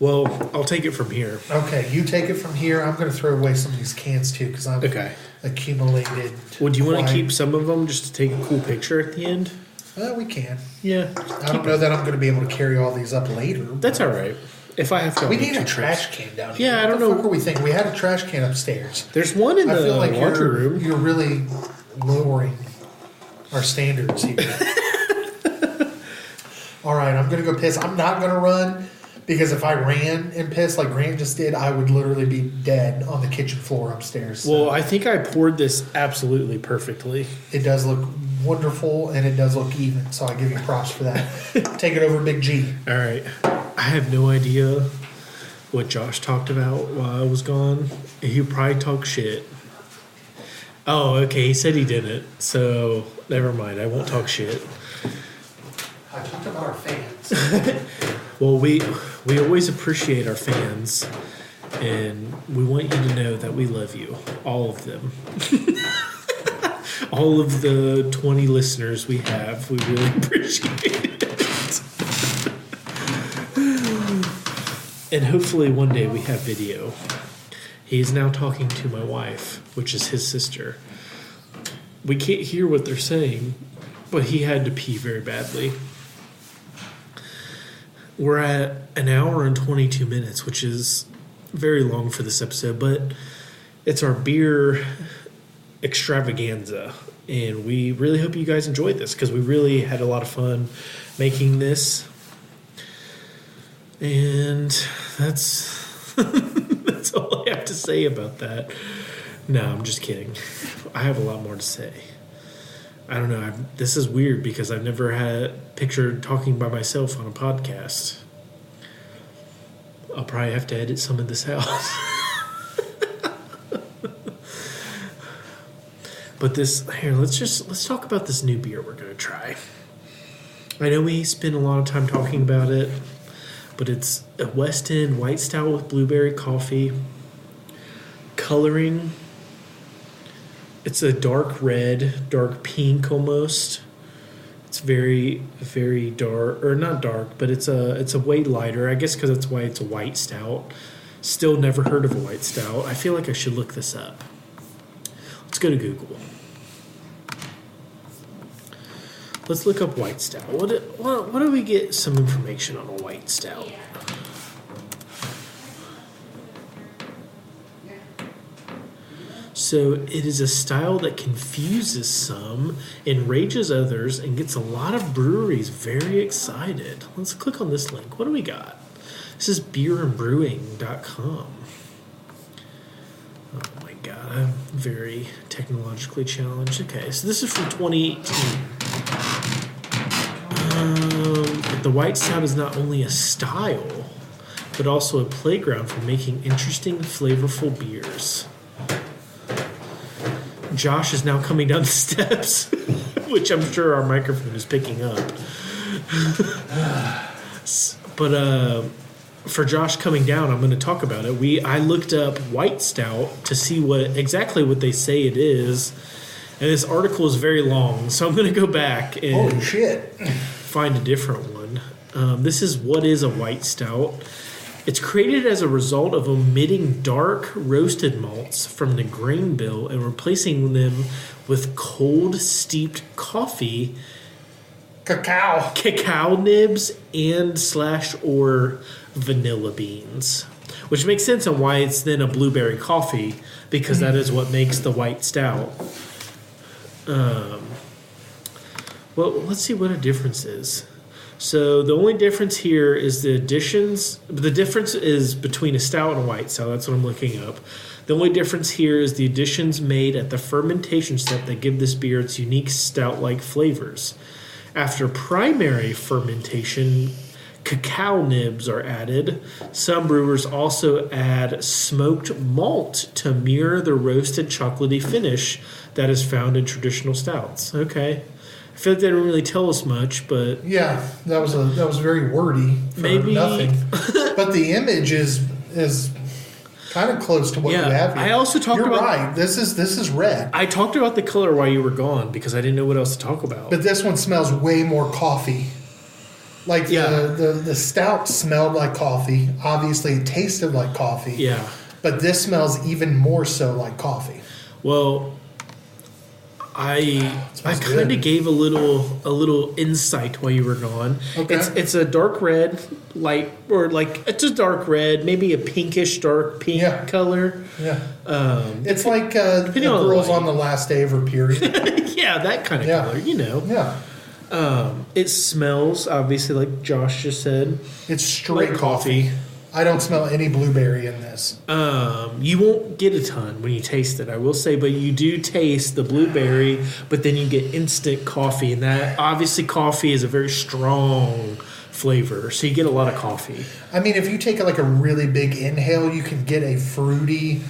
S1: well, I'll take it from here.
S2: Okay, you take it from here. I'm gonna throw away some of these cans too because I'm
S1: Okay.
S2: accumulated.
S1: Well, do you want
S2: quite-
S1: to keep some of them just to take a cool picture at the end?
S2: Uh, we can.
S1: Yeah,
S2: I don't know that I'm going to be able to carry all these up later.
S1: that's all right. If I have to,
S2: we
S1: I'll make
S2: need a
S1: two trips.
S2: trash can down here.
S1: Yeah, I don't
S2: what the
S1: know.
S2: Fuck are we thinking? We had a trash can upstairs.
S1: There's one in
S2: I
S1: the
S2: feel like
S1: laundry
S2: you're
S1: room.
S2: you're really lowering our standards here. all right, I'm going to go piss. I'm not going to run because if I ran and pissed like Grant just did, I would literally be dead on the kitchen floor upstairs.
S1: Well, I think I poured this absolutely perfectly.
S2: it does look wonderful and it does look even, so I give you props for that. Take it over, Big G.
S1: All right. I have no idea what Josh talked about while I was gone. He probably talked shit. Oh, okay. He said he didn't. So never mind. I won't talk shit.
S2: I talked about our fans.
S1: Well, we we always appreciate our fans, and we want you to know that we love you, all of them. all of the 20 listeners we have, we really appreciate it. and hopefully one day we have video. He is now talking to my wife, which is his sister. We can't hear what they're saying, but he had to pee very badly. We're at an hour and 22 minutes, which is very long for this episode, but it's our beer extravaganza. And we really hope you guys enjoyed this because we really had a lot of fun making this. And that's that's all I have to say about that. No, I'm just kidding. I have a lot more to say. I don't know. I've, this is weird because I've never had pictured talking by myself on a podcast. I'll probably have to edit some of this out. but this here, let's just let's talk about this new beer we're gonna try. I know we spend a lot of time talking about it, but it's a West End White Stout with blueberry coffee coloring it's a dark red, dark pink almost. It's very, very dark, or not dark, but it's a it's a way lighter. I guess because that's why it's a white stout. Still never heard of a white stout. I feel like I should look this up. Let's go to Google. Let's look up white stout. What do- what, what do we get some information on a white stout? So it is a style that confuses some, enrages others, and gets a lot of breweries very excited. Let's click on this link. What do we got? This is beerandbrewing.com. Oh my god, I'm very technologically challenged. Okay, so this is from 2018. Um, but the White Stout is not only a style, but also a playground for making interesting, flavorful beers. Josh is now coming down the steps, which I'm sure our microphone is picking up. S- but uh, for Josh coming down, I'm going to talk about it. We I looked up white stout to see what exactly what they say it is, and this article is very long, so I'm going to go back and
S2: Holy shit.
S1: find a different one. Um, this is what is a white stout. It's created as a result of omitting dark roasted malts from the grain bill and replacing them with cold steeped coffee,
S2: Cacao.
S1: cacao nibs, and slash or vanilla beans. Which makes sense on why it's then a blueberry coffee because that is what makes the white stout. Um, well, let's see what a difference is. So the only difference here is the additions. The difference is between a stout and a white So That's what I'm looking up. The only difference here is the additions made at the fermentation step that give this beer its unique stout-like flavors. After primary fermentation, cacao nibs are added. Some brewers also add smoked malt to mirror the roasted chocolatey finish that is found in traditional stouts. Okay. I feel like they didn't really tell us much, but
S2: Yeah, that was a that was very wordy for
S1: Maybe-
S2: nothing. but the image is is kind of close to what
S1: Yeah,
S2: you have. Here.
S1: I also talked
S2: You're
S1: about-
S2: right. This is this is red,
S1: I talked about the color while you were gone because I didn't know what else to talk about.
S2: but this one smells way more coffee. Like
S1: Yeah.
S2: the, the the stout smelled like coffee. Obviously, it tasted like coffee.
S1: yeah.
S2: But this smells even more so like coffee.
S1: Well, I I
S2: smells
S1: kind of
S2: good.
S1: gave a little a little insight while you were gone.
S2: Okay.
S1: It's it's a dark red, light or like it's a dark red, maybe a pinkish dark pink
S2: Yeah.
S1: color.
S2: Yeah,
S1: Um,
S2: it's like uh, the
S1: Depending on the
S2: girls
S1: light.
S2: on the last day of her period.
S1: yeah, that kind of
S2: Yeah.
S1: color, you know.
S2: yeah,
S1: Um, it smells obviously like Josh just said,
S2: it's straight
S1: like
S2: coffee. I don't smell any blueberry in this.
S1: Um, you won't get a ton when you taste it, I will say, but you do taste the blueberry, but then you get instant coffee, and that obviously coffee is a very strong flavor, so you get a lot of coffee.
S2: I mean, if you take like a really big inhale, you can get a fruity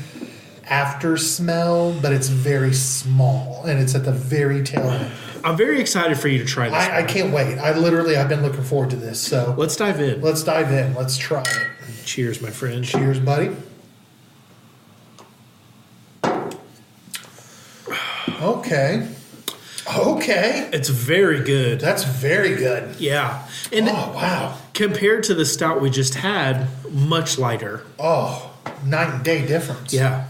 S2: after smell, but it's very small and it's at the very tail end.
S1: I'm very excited for you to try this.
S2: I, I
S1: one.
S2: can't wait. I literally I've been looking forward to this. So
S1: Let's dive in.
S2: let's dive in. Let's try it.
S1: Cheers, my friend.
S2: Cheers, buddy. Okay. Okay.
S1: It's very good.
S2: That's very good.
S1: Yeah, and
S2: Oh wow.
S1: compared to the stout we just had, much lighter.
S2: Oh, night and day difference.
S1: Yeah,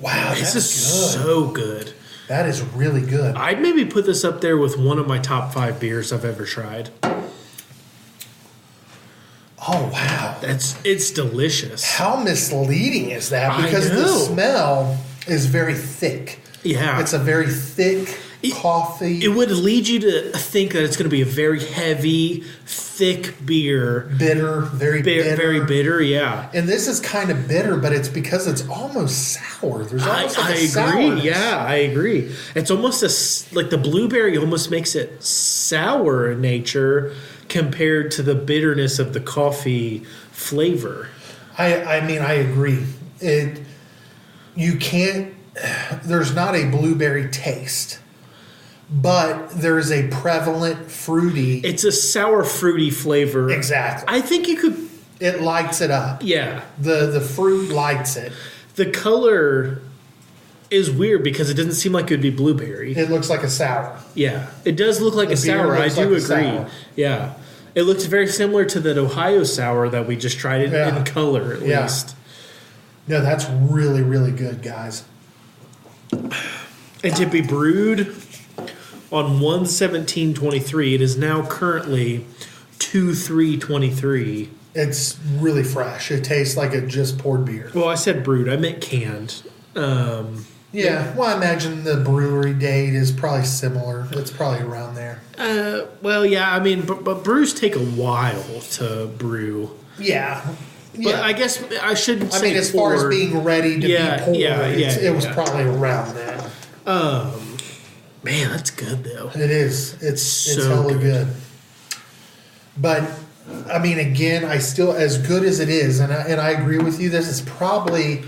S2: Wow,
S1: this
S2: that's
S1: is
S2: good.
S1: so good.
S2: that is really good.
S1: I'd maybe put this up there with one of my top five beers I've ever tried.
S2: Oh wow.
S1: That's it's delicious.
S2: How misleading is that?
S1: I
S2: Because the
S1: know.
S2: smell is very thick.
S1: Yeah.
S2: It's a very thick
S1: It-
S2: coffee
S1: it would lead you to think that it's going to be a very heavy, thick beer.
S2: bitter, very
S1: Bi-
S2: bitter.
S1: Very bitter, yeah.
S2: And this is kind of bitter, but it's because it's almost sour. There's
S1: I,
S2: almost like
S1: I
S2: a
S1: agree.
S2: sourness.
S1: Yeah, I agree. It's almost a, s- like the blueberry almost makes it sour in nature compared to the bitterness of the coffee flavor.
S2: I, I mean, I agree. It you can't. There's not a blueberry taste, but there is a prevalent fruity.
S1: It's a sour fruity flavor.
S2: exactly,
S1: I think you could,
S2: it lights it up.
S1: yeah.
S2: the The fruit lights it.
S1: The color is weird because it doesn't seem like it would be blueberry.
S2: It looks like a sour.
S1: Yeah, it does look like
S2: The
S1: a
S2: beer
S1: sour. I
S2: looks
S1: do
S2: like a
S1: agree.
S2: sour.
S1: Yeah, it looks very similar to that Ohio sour that we just tried in,
S2: Yeah.
S1: in color, at
S2: Yeah.
S1: least.
S2: No, that's really really good, guys.
S1: And to be brewed on one seventeen twenty three, it is now currently two three twenty three.
S2: It's really fresh. It tastes like it just poured beer.
S1: Well, I said brewed. I meant canned. Um,
S2: Yeah. Well, I imagine the brewery date is probably similar. It's probably around there.
S1: uh, well, yeah. I mean, but, but brews take a while to brew.
S2: Yeah.
S1: But
S2: yeah.
S1: I guess I shouldn't.
S2: I
S1: say
S2: mean, as far as
S1: poured.
S2: being ready to
S1: Yeah,
S2: be poured,
S1: yeah,
S2: it's-
S1: yeah,
S2: it was
S1: yeah.
S2: probably around that.
S1: Um, man, that's good though.
S2: It is. It's it's
S1: So
S2: hella
S1: good.
S2: good. But I mean, again, I still as good as it is, and I, and I agree with you. This is probably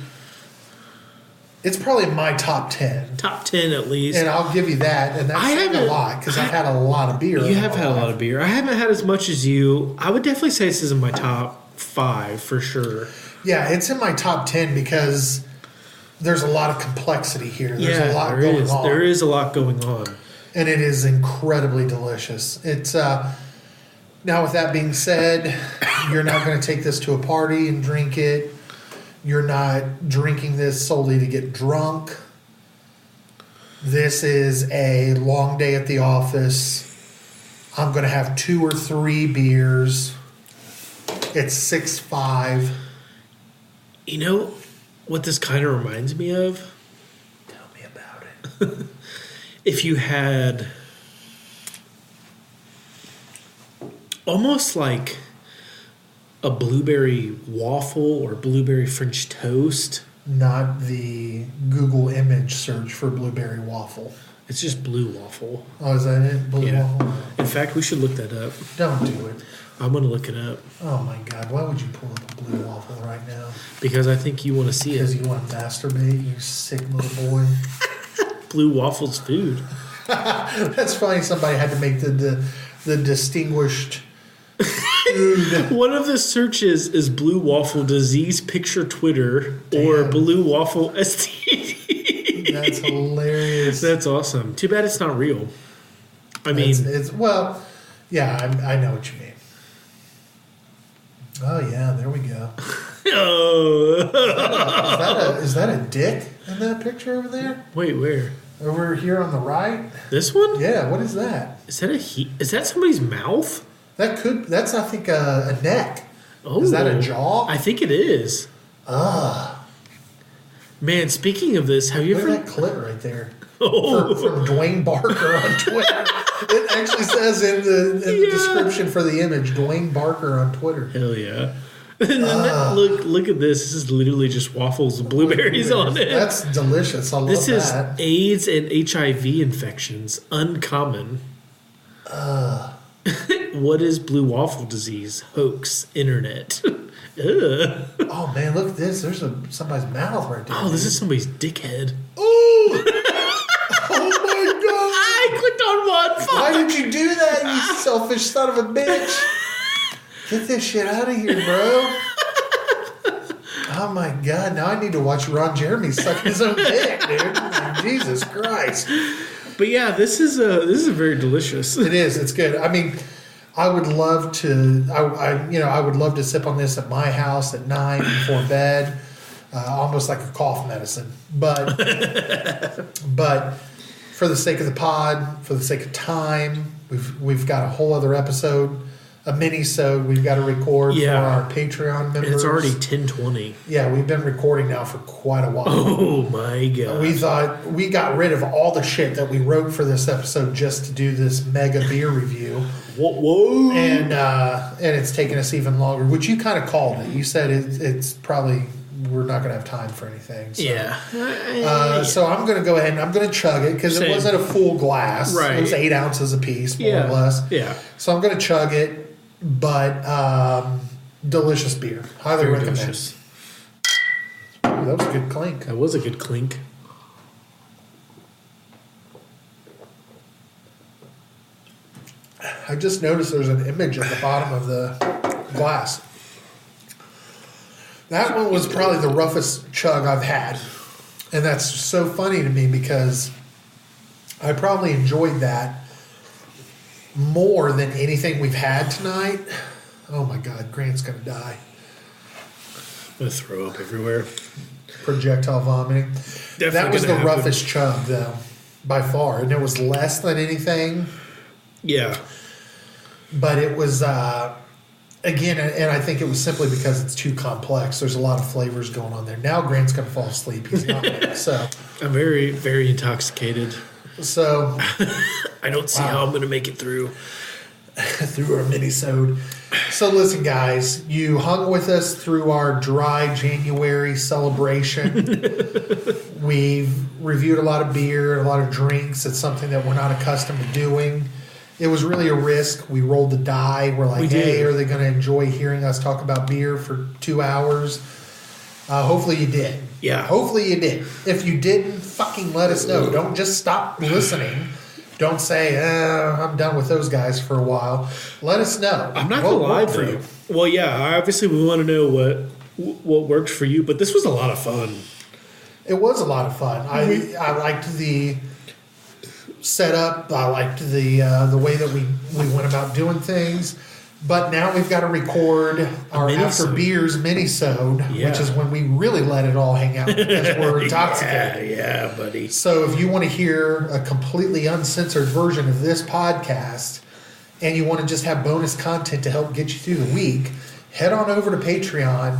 S2: it's probably in my top ten,
S1: Top ten at least.
S2: and I'll give you that. And that's
S1: I
S2: saying a
S1: haven't-
S2: lot because I've had a lot of beer.
S1: You have had a lot of beer. I haven't had as much as you. I would definitely say this is in my top five for sure.
S2: Yeah, it's in my top ten because there's a lot of complexity here. There's
S1: yeah,
S2: a lot
S1: there
S2: going
S1: is.
S2: on.
S1: There is a lot going on.
S2: and it is incredibly delicious. It's uh, now with that being said, you're not going to take this to a party and drink it. You're not drinking this solely to get drunk. This is a long day at the office. I'm going to have two or three beers. It's six five.
S1: You know what this kind of reminds me of?
S2: Tell me about it.
S1: if you had almost like a blueberry waffle or blueberry French toast.
S2: Not the Google image search for blueberry waffle.
S1: It's just blue waffle.
S2: Oh, is that it? Blue
S1: Yeah.
S2: waffle?
S1: In fact, we should look that up.
S2: Don't do it.
S1: I'm gonna look it up
S2: Oh my God, why would you pull up a blue waffle right now?
S1: because I think you want to see
S2: Because
S1: it.
S2: you want to masturbate, you sick little boy.
S1: Blue waffles food.
S2: That's funny. Somebody had to make the the, the distinguished food.
S1: One of the searches is blue waffle disease picture Twitter or
S2: Damn.
S1: blue waffle STD.
S2: That's hilarious.
S1: That's awesome. Too bad it's not real. I
S2: It's-
S1: mean,
S2: it's, well, yeah, I, I know what you mean. Oh yeah, there we go.
S1: oh,
S2: Is that a, is that a dick in that picture over there?
S1: wait, where?
S2: Over here on the right?
S1: This one?
S2: Yeah, what is that?
S1: Is that a he? Is that somebody's mouth?
S2: That could that's I think a, a neck.
S1: Oh,
S2: Is that a jaw?
S1: I think it is.
S2: Ah,
S1: Man, speaking of this, have you
S2: look at
S1: ever?
S2: that clip right there
S1: Oh,
S2: For- from Dwayne Barker on Twitter. it actually says in the, in the
S1: Yeah.
S2: description for the image Dwayne Barker on Twitter.
S1: hell yeah! And then that- look, look at this. This is literally just waffles with blueberries on it.
S2: That's delicious. I love
S1: This is
S2: that.
S1: AIDS and HIV infections, uncommon. Uh. what is blue waffle disease? Hoax, internet. Ugh.
S2: Oh man, look at this. There's a somebody's mouth right there.
S1: Oh, this is somebody's dickhead.
S2: Ooh! oh
S1: I clicked on one.
S2: my god!
S1: Fuck.
S2: Why did you do that, you selfish son of a bitch? Get this shit out of here, bro. Oh my god, now I need to watch Ron Jeremy suck his own dick, dude. Jesus Christ.
S1: But yeah, this is a this is very delicious.
S2: It is, it's good. I mean, I would love to I, I you know, I would love to sip on this at my house at night before bed. Uh, almost like a cough medicine. But But for the sake of the pod, for the sake of time, we've we've got a whole other episode, a mini sode we've got to record
S1: Yeah.
S2: for our Patreon members.
S1: And it's already ten twenty.
S2: yeah, we've been recording now for quite a while.
S1: Oh my god.
S2: We thought we got rid of all the shit that we wrote for this episode just to do this mega beer review,
S1: Whoa. whoa.
S2: and uh, and it's taken us even longer. Which you kind of called it. You said it, it's probably we're not going to have time for anything. So.
S1: yeah.
S2: Uh, so I'm going to go ahead and I'm going to chug it because it
S1: Same.
S2: wasn't a full glass.
S1: Right.
S2: It was eight ounces apiece, more
S1: yeah.
S2: or less.
S1: Yeah.
S2: So I'm going to chug it, but um, delicious beer. Highly
S1: Very
S2: recommend.
S1: delicious.
S2: Ooh, that was a good clink.
S1: That was a good clink.
S2: I just noticed there's an image at the bottom of the glass. That one was probably the roughest chug I've had. And that's so funny to me because I probably enjoyed that more than anything we've had tonight. Oh my God, Grant's going to die.
S1: I'm gonna throw up everywhere.
S2: projectile vomiting. that was the
S1: gonna happen.
S2: roughest chug, though, by far, and it was less than anything.
S1: Yeah.
S2: But it was uh, again, and and I think it was simply because it's too complex. There's a lot of flavors going on there. Now Grant's gonna fall asleep. He's not so
S1: I'm very, very intoxicated.
S2: so
S1: I don't see how I'm going to make it through.
S2: through our minisode. So listen, guys, you hung with us through our dry January celebration. We've reviewed a lot of beer, a lot of drinks. It's something that we're not accustomed to doing. It was really a risk. We rolled the die. We're like,
S1: We did.
S2: hey, are they going to enjoy hearing us talk about beer for two hours? Uh, hopefully you did.
S1: Yeah.
S2: Hopefully you did. If you didn't, fucking let us know. Don't just stop listening. Don't say, uh, I'm done with those guys for a while. Let us know.
S1: I'm not going to
S2: What
S1: lie
S2: worked
S1: for you. Well, yeah. I- Obviously, we want to know what what worked for you, but this was a lot of fun.
S2: It was a lot of fun. I, I liked the setup. I liked the uh, the way that we, we went about doing things. But now we've got to record our after
S1: mini-sode.
S2: beers mini
S1: Yeah.
S2: which is when we really let it all hang out because we're
S1: Yeah,
S2: intoxicated.
S1: yeah, buddy.
S2: So if you want to hear a completely uncensored version of this podcast and you want to just have bonus content to help get you through the week, head on over to Patreon.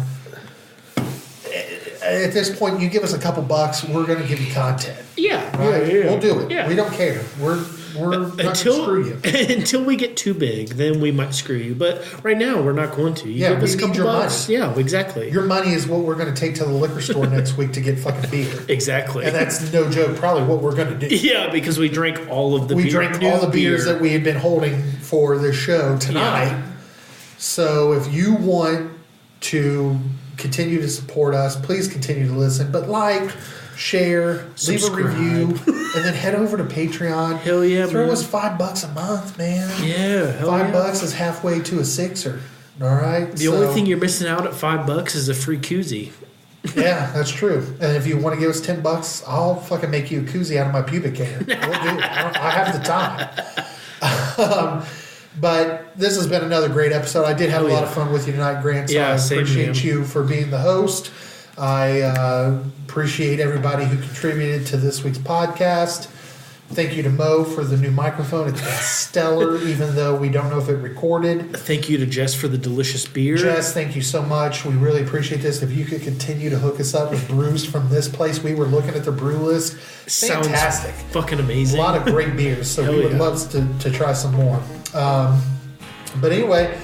S2: at this point, you give us a couple bucks, we're going to give you content.
S1: Yeah,
S2: Right?
S1: yeah, yeah.
S2: We'll do it.
S1: Yeah.
S2: We don't care. We're we're not going to
S1: until
S2: screw you.
S1: until we get too big, then we might screw you. But right now, we're not going to. You
S2: Yeah,
S1: give us
S2: we
S1: a
S2: need
S1: couple
S2: your
S1: bucks. Yeah, exactly.
S2: Your money is what we're going to take to the liquor store next week to get fucking beer.
S1: exactly.
S2: And that's no joke. Probably what we're going to do.
S1: yeah, because we drank all of the
S2: we
S1: beer,
S2: drank
S1: new
S2: all the beers
S1: beer.
S2: that we had been holding for this show tonight.
S1: Yeah.
S2: So if you want to continue to support us, please continue to listen. But like, share,
S1: Subscribe.
S2: leave a review, and then head over to Patreon.
S1: Hell yeah,
S2: Throw
S1: man.
S2: us five bucks a month, man.
S1: Yeah, hell
S2: five
S1: yeah.
S2: bucks is halfway to a sixer. All right.
S1: The only thing you're missing out at five bucks is a free koozie.
S2: yeah, that's true. And if you want to give us ten bucks, I'll fucking make you a koozie out of my pubic hair. We'll do it. I don't- I have the time. Um, but this has been another great episode. I did have a
S1: Hell
S2: lot
S1: Oh, yeah.
S2: of fun with you tonight, Grant. So
S1: Yeah,
S2: I
S1: same,
S2: appreciate
S1: man.
S2: you for being the host. I uh, appreciate everybody who contributed to this week's podcast. Thank you to Mo for the new microphone. It's been stellar, even though we don't know if it recorded.
S1: Thank you to Jess for the delicious beer.
S2: Jess, thank you so much. We really appreciate this. If you could continue to hook us up with brews from this place, we were looking at the brew list.
S1: Sounds
S2: Fantastic.
S1: fucking
S2: A
S1: amazing.
S2: lot of great beers, so
S1: Hell
S2: we would
S1: yeah.
S2: love to, to try some more. Um, but anyway,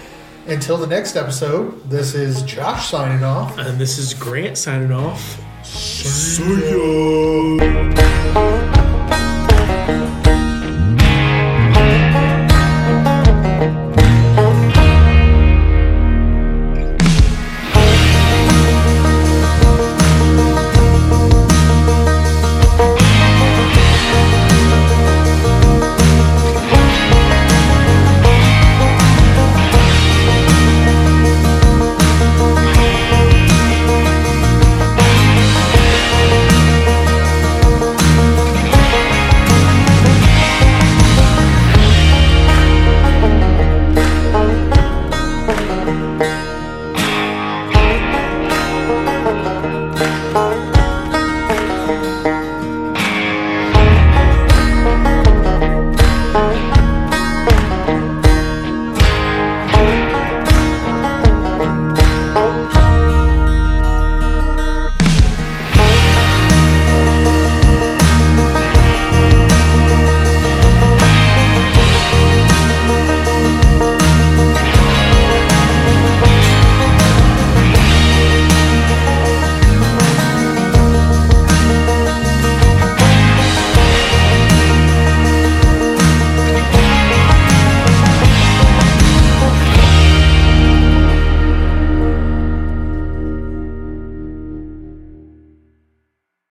S2: until the next episode, this is Josh signing off.
S1: and this is Grant signing off.
S2: See ya.